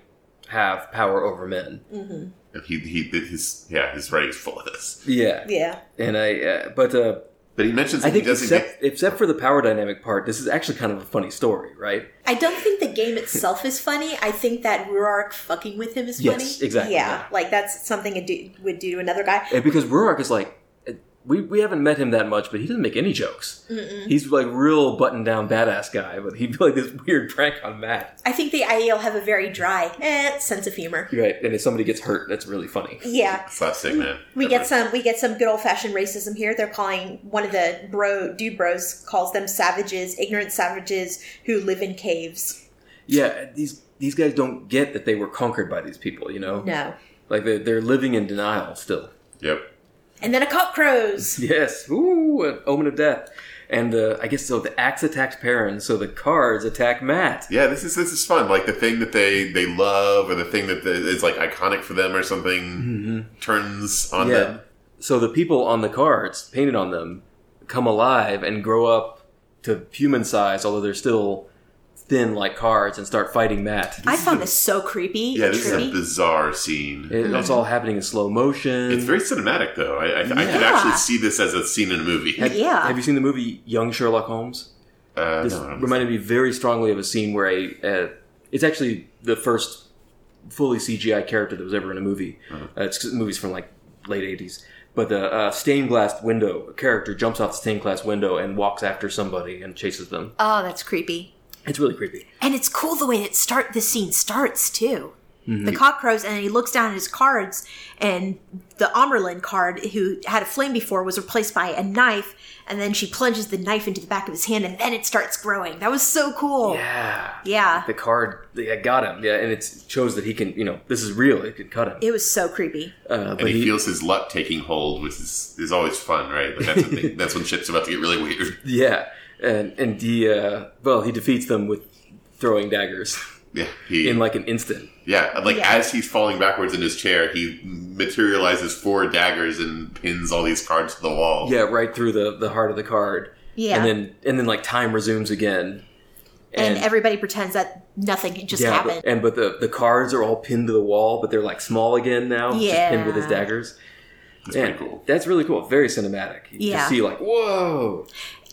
Speaker 1: have power over men.
Speaker 2: Mm-hmm.
Speaker 3: he he his yeah his writing's full of this.
Speaker 1: Yeah,
Speaker 2: Yeah.
Speaker 1: and I uh, but uh,
Speaker 3: But he mentions
Speaker 1: I
Speaker 3: that he
Speaker 1: think
Speaker 3: doesn't get
Speaker 1: except except for the power dynamic part, this is actually kind of a funny story, right?
Speaker 2: I don't think the game itself is funny. I think that Ruark fucking with him is
Speaker 1: Yes,
Speaker 2: funny.
Speaker 1: exactly,
Speaker 2: Yeah,
Speaker 1: yeah.
Speaker 2: like that's something a dude would do to another guy.
Speaker 1: And because Ruark is like, uh, we, we haven't met him that much, but he doesn't make any jokes. He's like real button down badass guy, but he'd be like this *laughs* weird prank on Matt.
Speaker 2: I think the IEL have a very dry eh, sense of humor.
Speaker 1: Right, and if somebody gets hurt, that's really funny.
Speaker 2: Yeah.
Speaker 3: slapstick man.
Speaker 2: We get some we get some good old fashioned racism here. They're calling one of the bro dude bros calls them savages, ignorant savages who live in caves.
Speaker 1: Yeah, these these guys don't get that they were conquered by these people. You know,
Speaker 2: No.
Speaker 1: like they're they're living in denial still.
Speaker 3: Yep.
Speaker 2: And then a cock crows.
Speaker 1: Yes, ooh, an omen of death. And uh, I guess so. The axe attacks Perrin, so the cards attack Matt.
Speaker 3: Yeah, this is this is fun. Like the thing that they they love, or the thing that the- is like iconic for them, or something
Speaker 1: Mm-hmm.
Speaker 3: turns on them.
Speaker 1: So the people on the cards painted on them come alive and grow up to human size, although they're still thin like cards, and start fighting Matt.
Speaker 2: I found this so creepy.
Speaker 3: Yeah,
Speaker 2: and
Speaker 3: this is a
Speaker 2: trippy.
Speaker 3: bizarre scene.
Speaker 1: It, It's all happening in slow motion.
Speaker 3: It's very cinematic, though. I, I, I could
Speaker 2: Yeah.
Speaker 3: actually see this as a scene in a movie.
Speaker 1: Have-
Speaker 2: yeah.
Speaker 1: Have you seen the movie Young Sherlock Holmes?
Speaker 3: Uh,
Speaker 1: This
Speaker 3: no, I don't-
Speaker 1: reminded me very strongly of a scene where a, uh it's actually the first fully CGI character that was ever in a movie.
Speaker 3: Uh-huh.
Speaker 1: Uh, it's movies from like late eighties, but the uh, stained glass window a character jumps off the stained glass window and walks after somebody and chases them.
Speaker 2: oh, that's creepy.
Speaker 1: It's really creepy.
Speaker 2: And it's cool the way it start the scene starts too. The cock crows and he looks down at his cards and the Omerlin card who had a flame before was replaced by a knife and then she plunges the knife into the back of his hand and then it starts growing. That was so
Speaker 3: Oh.
Speaker 2: cool. Yeah.
Speaker 1: Yeah. The card, yeah, got him. Yeah, and it shows that he can, you know, this is real. It could cut him.
Speaker 2: It was so creepy.
Speaker 1: Uh, but
Speaker 3: and he,
Speaker 1: he,
Speaker 3: feels his luck taking hold, which is, is always fun, right? Like that's, when
Speaker 1: *laughs*
Speaker 3: they, that's when shit's about to get really weird. *laughs*
Speaker 1: yeah, and and he, uh, well, he defeats them with throwing daggers
Speaker 3: Yeah, he,
Speaker 1: in like an instant.
Speaker 3: yeah, like
Speaker 2: Yeah.
Speaker 3: as he's falling backwards in his chair, he materializes four daggers and pins all these cards to the wall.
Speaker 1: Yeah, right through the the heart of the card.
Speaker 2: Yeah.
Speaker 1: And then and then like time resumes again.
Speaker 2: And, everybody pretends that nothing just
Speaker 1: yeah,
Speaker 2: happened.
Speaker 1: but, and but the the cards are all pinned to the wall, but they're like small again now. just pinned with his
Speaker 2: Yeah.
Speaker 1: daggers.
Speaker 3: That's
Speaker 1: Yeah,
Speaker 3: pretty cool.
Speaker 1: that's really cool. Very cinematic. You
Speaker 2: Yeah.
Speaker 1: just see like whoa.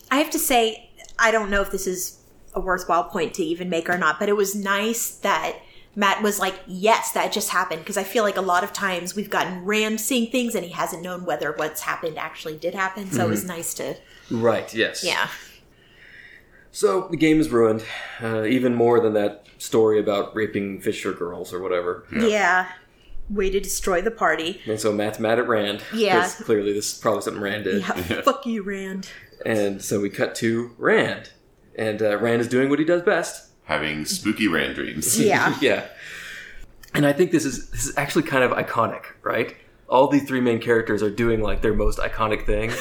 Speaker 2: I have to say, I don't know if this is a worthwhile point to even make or not, but it was nice that Matt was like, yes, that just happened. Because I feel like a lot of times we've gotten Rand seeing things and he hasn't known whether what's happened actually did happen. So it
Speaker 4: Mm-hmm.
Speaker 2: was nice to,
Speaker 1: Right. Yes.
Speaker 2: yeah.
Speaker 1: So the game is ruined, uh, even more than that story about raping Fisher girls or whatever.
Speaker 3: Hmm.
Speaker 2: yeah. Way to destroy the party.
Speaker 1: And so Matt's mad at Rand. 'cause
Speaker 2: Yeah.
Speaker 1: clearly this is probably something Rand did.
Speaker 2: Yeah. Fuck you, Rand.
Speaker 1: And so we cut to Rand, and uh, Rand is doing what he does best.
Speaker 3: Having spooky
Speaker 1: *laughs*
Speaker 3: Rand dreams.
Speaker 2: Yeah.
Speaker 1: yeah. And I think this is this is actually kind of iconic, right? All the three main characters are doing like their most iconic
Speaker 3: *laughs*
Speaker 1: thing.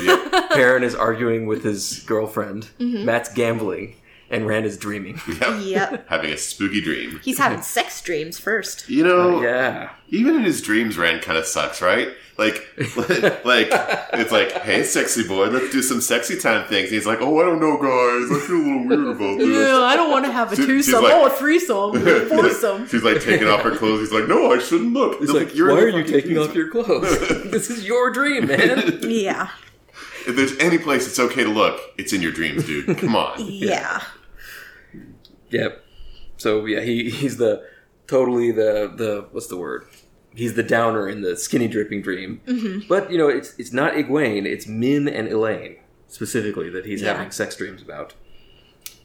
Speaker 1: Perrin is arguing with his girlfriend.
Speaker 3: Mm-hmm.
Speaker 1: Matt's gambling, and Rand is dreaming.
Speaker 3: Yep.
Speaker 2: yep.
Speaker 3: Having a spooky dream.
Speaker 2: He's having sex dreams first.
Speaker 3: You know,
Speaker 1: yeah.
Speaker 3: even in his dreams, Rand kind of sucks, right?
Speaker 1: *laughs*
Speaker 3: Like, like it's like, hey, sexy boy, let's do some sexy time things. And he's like, oh, I don't know, guys, I feel a little weird
Speaker 1: *laughs*
Speaker 3: about this.
Speaker 4: I don't want to have a
Speaker 3: She's- she's
Speaker 4: twosome.
Speaker 3: like-
Speaker 4: oh, a threesome. A foursome.
Speaker 3: *laughs* She's like taking off her clothes. He's like, no, I shouldn't look.
Speaker 1: It's
Speaker 3: They're
Speaker 1: like,
Speaker 3: "You're in
Speaker 1: why
Speaker 3: the
Speaker 1: are you
Speaker 3: fucking
Speaker 1: taking
Speaker 3: dreams."
Speaker 1: off your clothes? *laughs*
Speaker 3: *laughs*
Speaker 1: this is your dream, man.
Speaker 2: Yeah.
Speaker 3: If there's any place it's okay to look, it's in your dreams, dude.
Speaker 1: *laughs*
Speaker 3: Come on.
Speaker 2: Yeah.
Speaker 1: yep. So yeah, he he's the totally the the what's the word? He's the downer in the skinny dripping dream. But you know, it's it's not Egwene, it's Min and Elaine specifically that he's
Speaker 2: Yeah.
Speaker 1: having sex dreams about.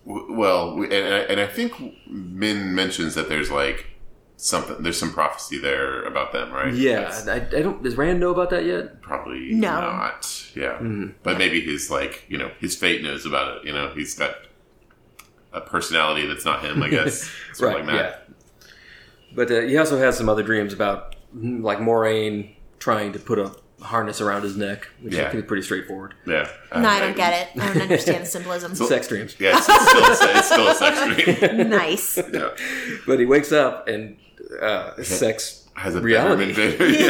Speaker 3: W- well, we- and I, and I think Min mentions that there's like something. There's some prophecy there about them, right?
Speaker 1: Yeah,
Speaker 3: That's
Speaker 1: I, I don't. Does Rand know about that yet?
Speaker 3: probably
Speaker 2: No.
Speaker 3: not. Yeah,
Speaker 1: Mm-hmm.
Speaker 3: but maybe his like you know his fate knows about it. You know, he's got a personality that's not him.
Speaker 1: *laughs*
Speaker 3: I guess sort of like that.
Speaker 1: But uh, he also has some other dreams about mm, like Moraine trying to put a harness around his neck, which I
Speaker 3: Yeah.
Speaker 1: think is pretty straightforward.
Speaker 3: Yeah.
Speaker 2: No, I don't get it. I don't understand the symbolism.
Speaker 1: Sex dreams.
Speaker 3: Yeah, it's it's still, a se- it's still a
Speaker 1: *laughs*
Speaker 3: sex dream.
Speaker 2: nice.
Speaker 3: Yeah.
Speaker 1: But he wakes up and uh, sex
Speaker 3: Has a
Speaker 1: Reality.
Speaker 3: Reality.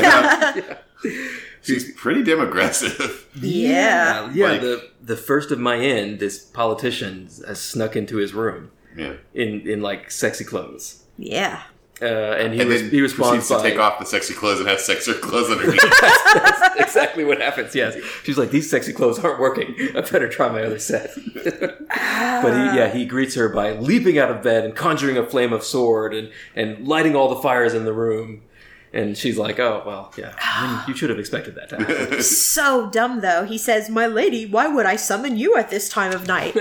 Speaker 3: *laughs* *laughs* yeah. She's pretty damn aggressive.
Speaker 2: Yeah.
Speaker 1: Uh, yeah,
Speaker 3: Like-
Speaker 1: the the first of my end, this politician has snuck into his room
Speaker 3: Yeah.
Speaker 1: in in like sexy clothes,
Speaker 2: Yeah.
Speaker 1: Uh, and he,
Speaker 3: and
Speaker 1: res-
Speaker 3: then
Speaker 1: he responds
Speaker 3: proceeds to
Speaker 1: by-
Speaker 3: take off the sexy clothes and have sex with her clothes underneath.
Speaker 1: *laughs* That's *laughs* exactly what happens. Yes, she's like, "These sexy clothes aren't working. I better try my other set." *laughs* but he, yeah, he greets her by leaping out of bed and conjuring a flame of sword and and lighting all the fires in the room. And she's like, "Oh well, yeah, I mean, you should have expected that to
Speaker 3: *laughs*
Speaker 1: happen."
Speaker 2: So dumb, though. He says, My lady, why would I summon you at this time of night?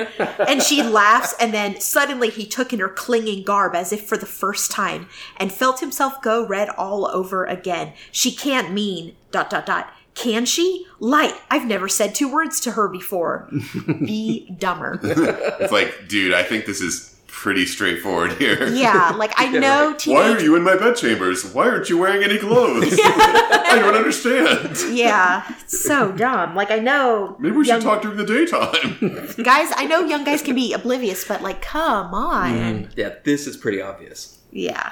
Speaker 2: and she laughs, and then suddenly he took in her clinging garb as if for the first time and felt himself go red all over again. She can't mean, dot, dot, dot. Can she? Light. I've never said two words to her before. Be dumber.
Speaker 3: it's like, dude, I think this is pretty straightforward here.
Speaker 2: Yeah, like I know
Speaker 3: Why are
Speaker 2: teenage.
Speaker 3: you in my bedchambers? Why aren't you wearing
Speaker 2: *laughs*
Speaker 3: any clothes? *laughs* I don't understand.
Speaker 2: Yeah, so dumb. Like I know.
Speaker 3: Maybe we
Speaker 2: young
Speaker 3: should talk during
Speaker 2: *laughs*
Speaker 3: the daytime.
Speaker 2: guys. I know young guys can be oblivious, but like, come on.
Speaker 1: yeah, this is pretty obvious.
Speaker 2: Yeah.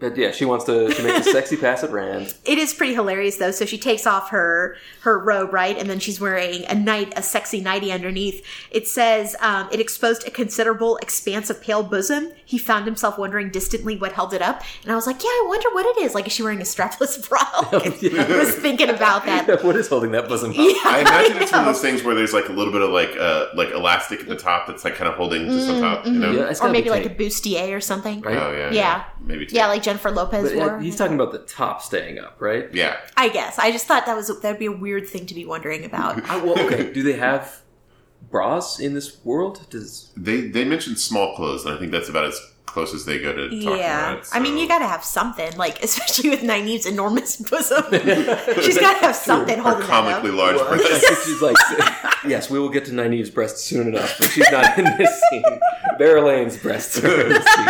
Speaker 1: But yeah, she wants to, to make a sexy pass at Rand.
Speaker 2: it is pretty hilarious though. So she takes off her her robe, right, and then she's wearing a night a sexy nightie underneath. It says um, it exposed a considerable expanse of pale bosom. He found himself wondering distantly what held it up, and I was like, yeah, I wonder what it is. Like, is she wearing a strapless
Speaker 1: *laughs*
Speaker 2: *laughs* bra?
Speaker 1: Oh,
Speaker 2: I was thinking about that.
Speaker 1: what is holding that bosom up?
Speaker 3: I imagine it's
Speaker 2: *laughs*
Speaker 3: one of those things where there's like a little bit of like uh, like elastic at the top that's like kind of holding to some top, you know?
Speaker 1: Yeah, it's
Speaker 2: Or
Speaker 1: gotta be
Speaker 2: maybe like a
Speaker 1: tape,
Speaker 2: bustier or something.
Speaker 1: right?
Speaker 3: Oh yeah,
Speaker 2: Mm, mm-hmm. Yeah.
Speaker 3: maybe. Two.
Speaker 2: Yeah, like Jennifer Lopez
Speaker 1: But, uh,
Speaker 2: wore.
Speaker 1: he's talking about the top staying up, right?
Speaker 3: yeah.
Speaker 2: I guess. I just thought that was that'd be a weird thing to be wondering about.
Speaker 1: Uh, well, okay. Do they have bras in this world? *laughs* Does
Speaker 3: They they mentioned small clothes, and I think that's about as close as they go to talking
Speaker 2: Yeah,
Speaker 3: about it.
Speaker 2: I mean, you
Speaker 3: so-
Speaker 2: gotta have something, like *laughs* especially with Nynaeve's enormous *laughs* bosom.
Speaker 3: *laughs*
Speaker 2: She's gotta have something
Speaker 3: Or
Speaker 2: holding
Speaker 3: comically
Speaker 2: that up.
Speaker 3: large
Speaker 1: I
Speaker 3: breasts.
Speaker 1: think *laughs* she's like, yes, we will get to Nynaeve's breasts soon enough, but she's not in this scene. Bear Lane's breasts are in this scene.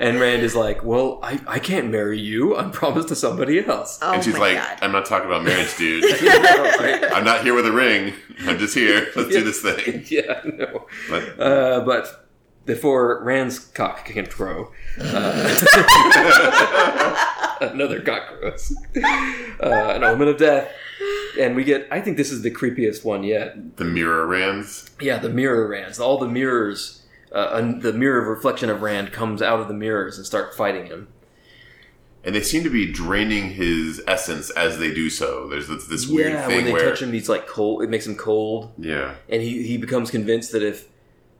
Speaker 1: And Rand is like, well, I, I can't marry you. I'm promised to somebody else. *laughs*
Speaker 2: Oh
Speaker 3: and she's
Speaker 2: my
Speaker 3: like, uh,
Speaker 2: god!
Speaker 3: "I'm not talking about marriage, dude.
Speaker 1: Right?
Speaker 3: I'm not here with a ring. I'm
Speaker 1: *laughs*
Speaker 3: just here. Let's do this thing."
Speaker 1: Yeah, no.
Speaker 3: But
Speaker 1: Uh, but before Rand's cock can grow, uh, *laughs* another cock grows. Uh, an omen of death. And we get, I think this is the creepiest one yet.
Speaker 3: the mirror rams.
Speaker 1: Yeah, the mirror Rands. All the mirrors, uh, and the mirror reflection of Rand comes out of the mirrors and start fighting him.
Speaker 3: And they seem to be draining his essence as they do so. There's this, this weird
Speaker 1: yeah, when
Speaker 3: thing
Speaker 1: they
Speaker 3: where,
Speaker 1: touch him, he's like cold. It makes him cold,
Speaker 3: yeah,
Speaker 1: and he, he becomes convinced that if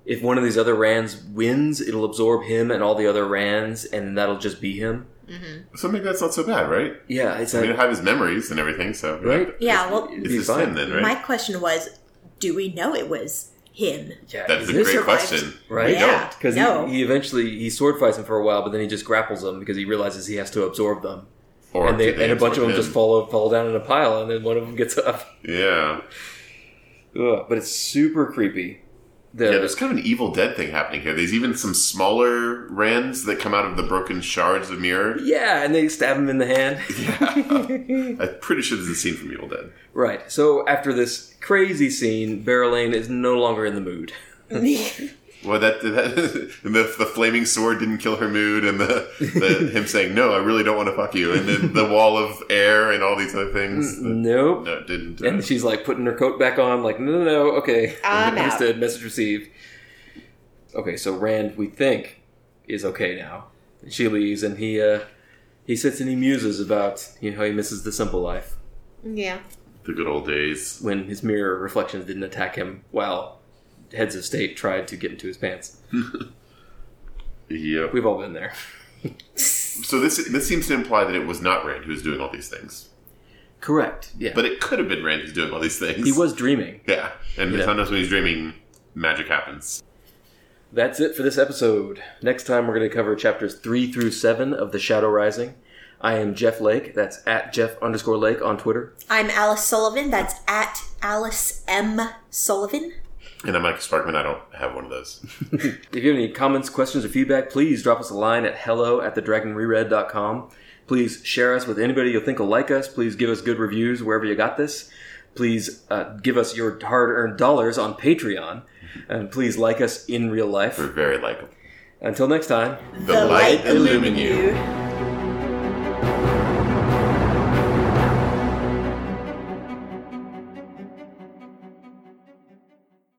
Speaker 1: if one of these other Rands wins, it'll absorb him and all the other Rands, and that'll just be him.
Speaker 2: Mm-hmm.
Speaker 3: so maybe that's not so bad, right?
Speaker 1: Yeah, it's
Speaker 3: I mean,
Speaker 1: like,
Speaker 3: I have his memories and everything, so
Speaker 1: right.
Speaker 2: yeah, well,
Speaker 1: It'd
Speaker 3: It's
Speaker 1: be
Speaker 3: his
Speaker 1: fine.
Speaker 3: sin then, right?
Speaker 2: my question was, do we know it was him?
Speaker 1: Yeah,
Speaker 3: That
Speaker 1: is
Speaker 3: is a
Speaker 1: this
Speaker 3: great
Speaker 2: survived?
Speaker 3: question.
Speaker 1: Right?
Speaker 2: Yeah,
Speaker 1: Because
Speaker 2: no.
Speaker 1: he, he eventually he sword fights him for a while, but then he just grapples them because he realizes he has to absorb them,
Speaker 3: Or
Speaker 1: and they,
Speaker 3: did they
Speaker 1: and a bunch of
Speaker 3: absorb
Speaker 1: them
Speaker 3: him?
Speaker 1: just fall fall down in a pile, and then one of them gets up.
Speaker 3: Yeah,
Speaker 1: Ugh, but it's super creepy. The,
Speaker 3: yeah. There's kind of an Evil Dead thing happening here. There's even some smaller rams that come out of the broken shards of mirror.
Speaker 1: *laughs* yeah, and they stab him in the hand.
Speaker 3: I'm pretty sure this is a scene from Evil Dead.
Speaker 1: *laughs* Right. So after this crazy scene, Barrelane is no longer in the mood.
Speaker 3: Well, that, that *laughs* and the, the flaming sword didn't kill her mood, and the,
Speaker 1: *laughs*
Speaker 3: the him saying no, I really don't want to fuck you, and then the wall of air and all these other things. that-
Speaker 1: Nope.
Speaker 3: no, it didn't. uh,
Speaker 1: And she's like putting her coat back on, like, no, no, no, okay.
Speaker 2: I'm out.
Speaker 1: Understood. Message received. Okay, so Rand, we think, is okay now. She leaves, and he uh, he sits and he muses about you know how he misses the simple life
Speaker 2: *laughs* Yeah,
Speaker 3: the good old days.
Speaker 1: when his mirror reflections didn't attack him while heads of state tried to get into his pants.
Speaker 3: Yep.
Speaker 1: We've all been there.
Speaker 3: So this this seems to imply that it was not Rand who was doing all these things,
Speaker 1: Correct. Yeah.
Speaker 3: but it could have been Rand who's doing all these things.
Speaker 1: he was dreaming.
Speaker 3: Yeah, and
Speaker 1: Yeah.
Speaker 3: sometimes when he's dreaming, magic happens.
Speaker 1: That's it for this episode. Next time we're going to cover chapters 3 through 7 of The Shadow Rising. I am Jeff Lake. That's at Jeff underscore Lake on Twitter.
Speaker 2: I'm Alice Sullivan. That's at Alice M Sullivan.
Speaker 3: And I'm Mike Sparkman. I don't have one of those.
Speaker 1: If you have any comments, questions, or feedback, please drop us a line at hello at thedragonreread.com. Please share us with anybody you think will like us. Please give us good reviews wherever you got this. Please uh, give us your hard earned dollars on Patreon. And please like us in real life.
Speaker 3: We're very likable.
Speaker 1: Until next time.
Speaker 3: The, light illumine you.
Speaker 2: you.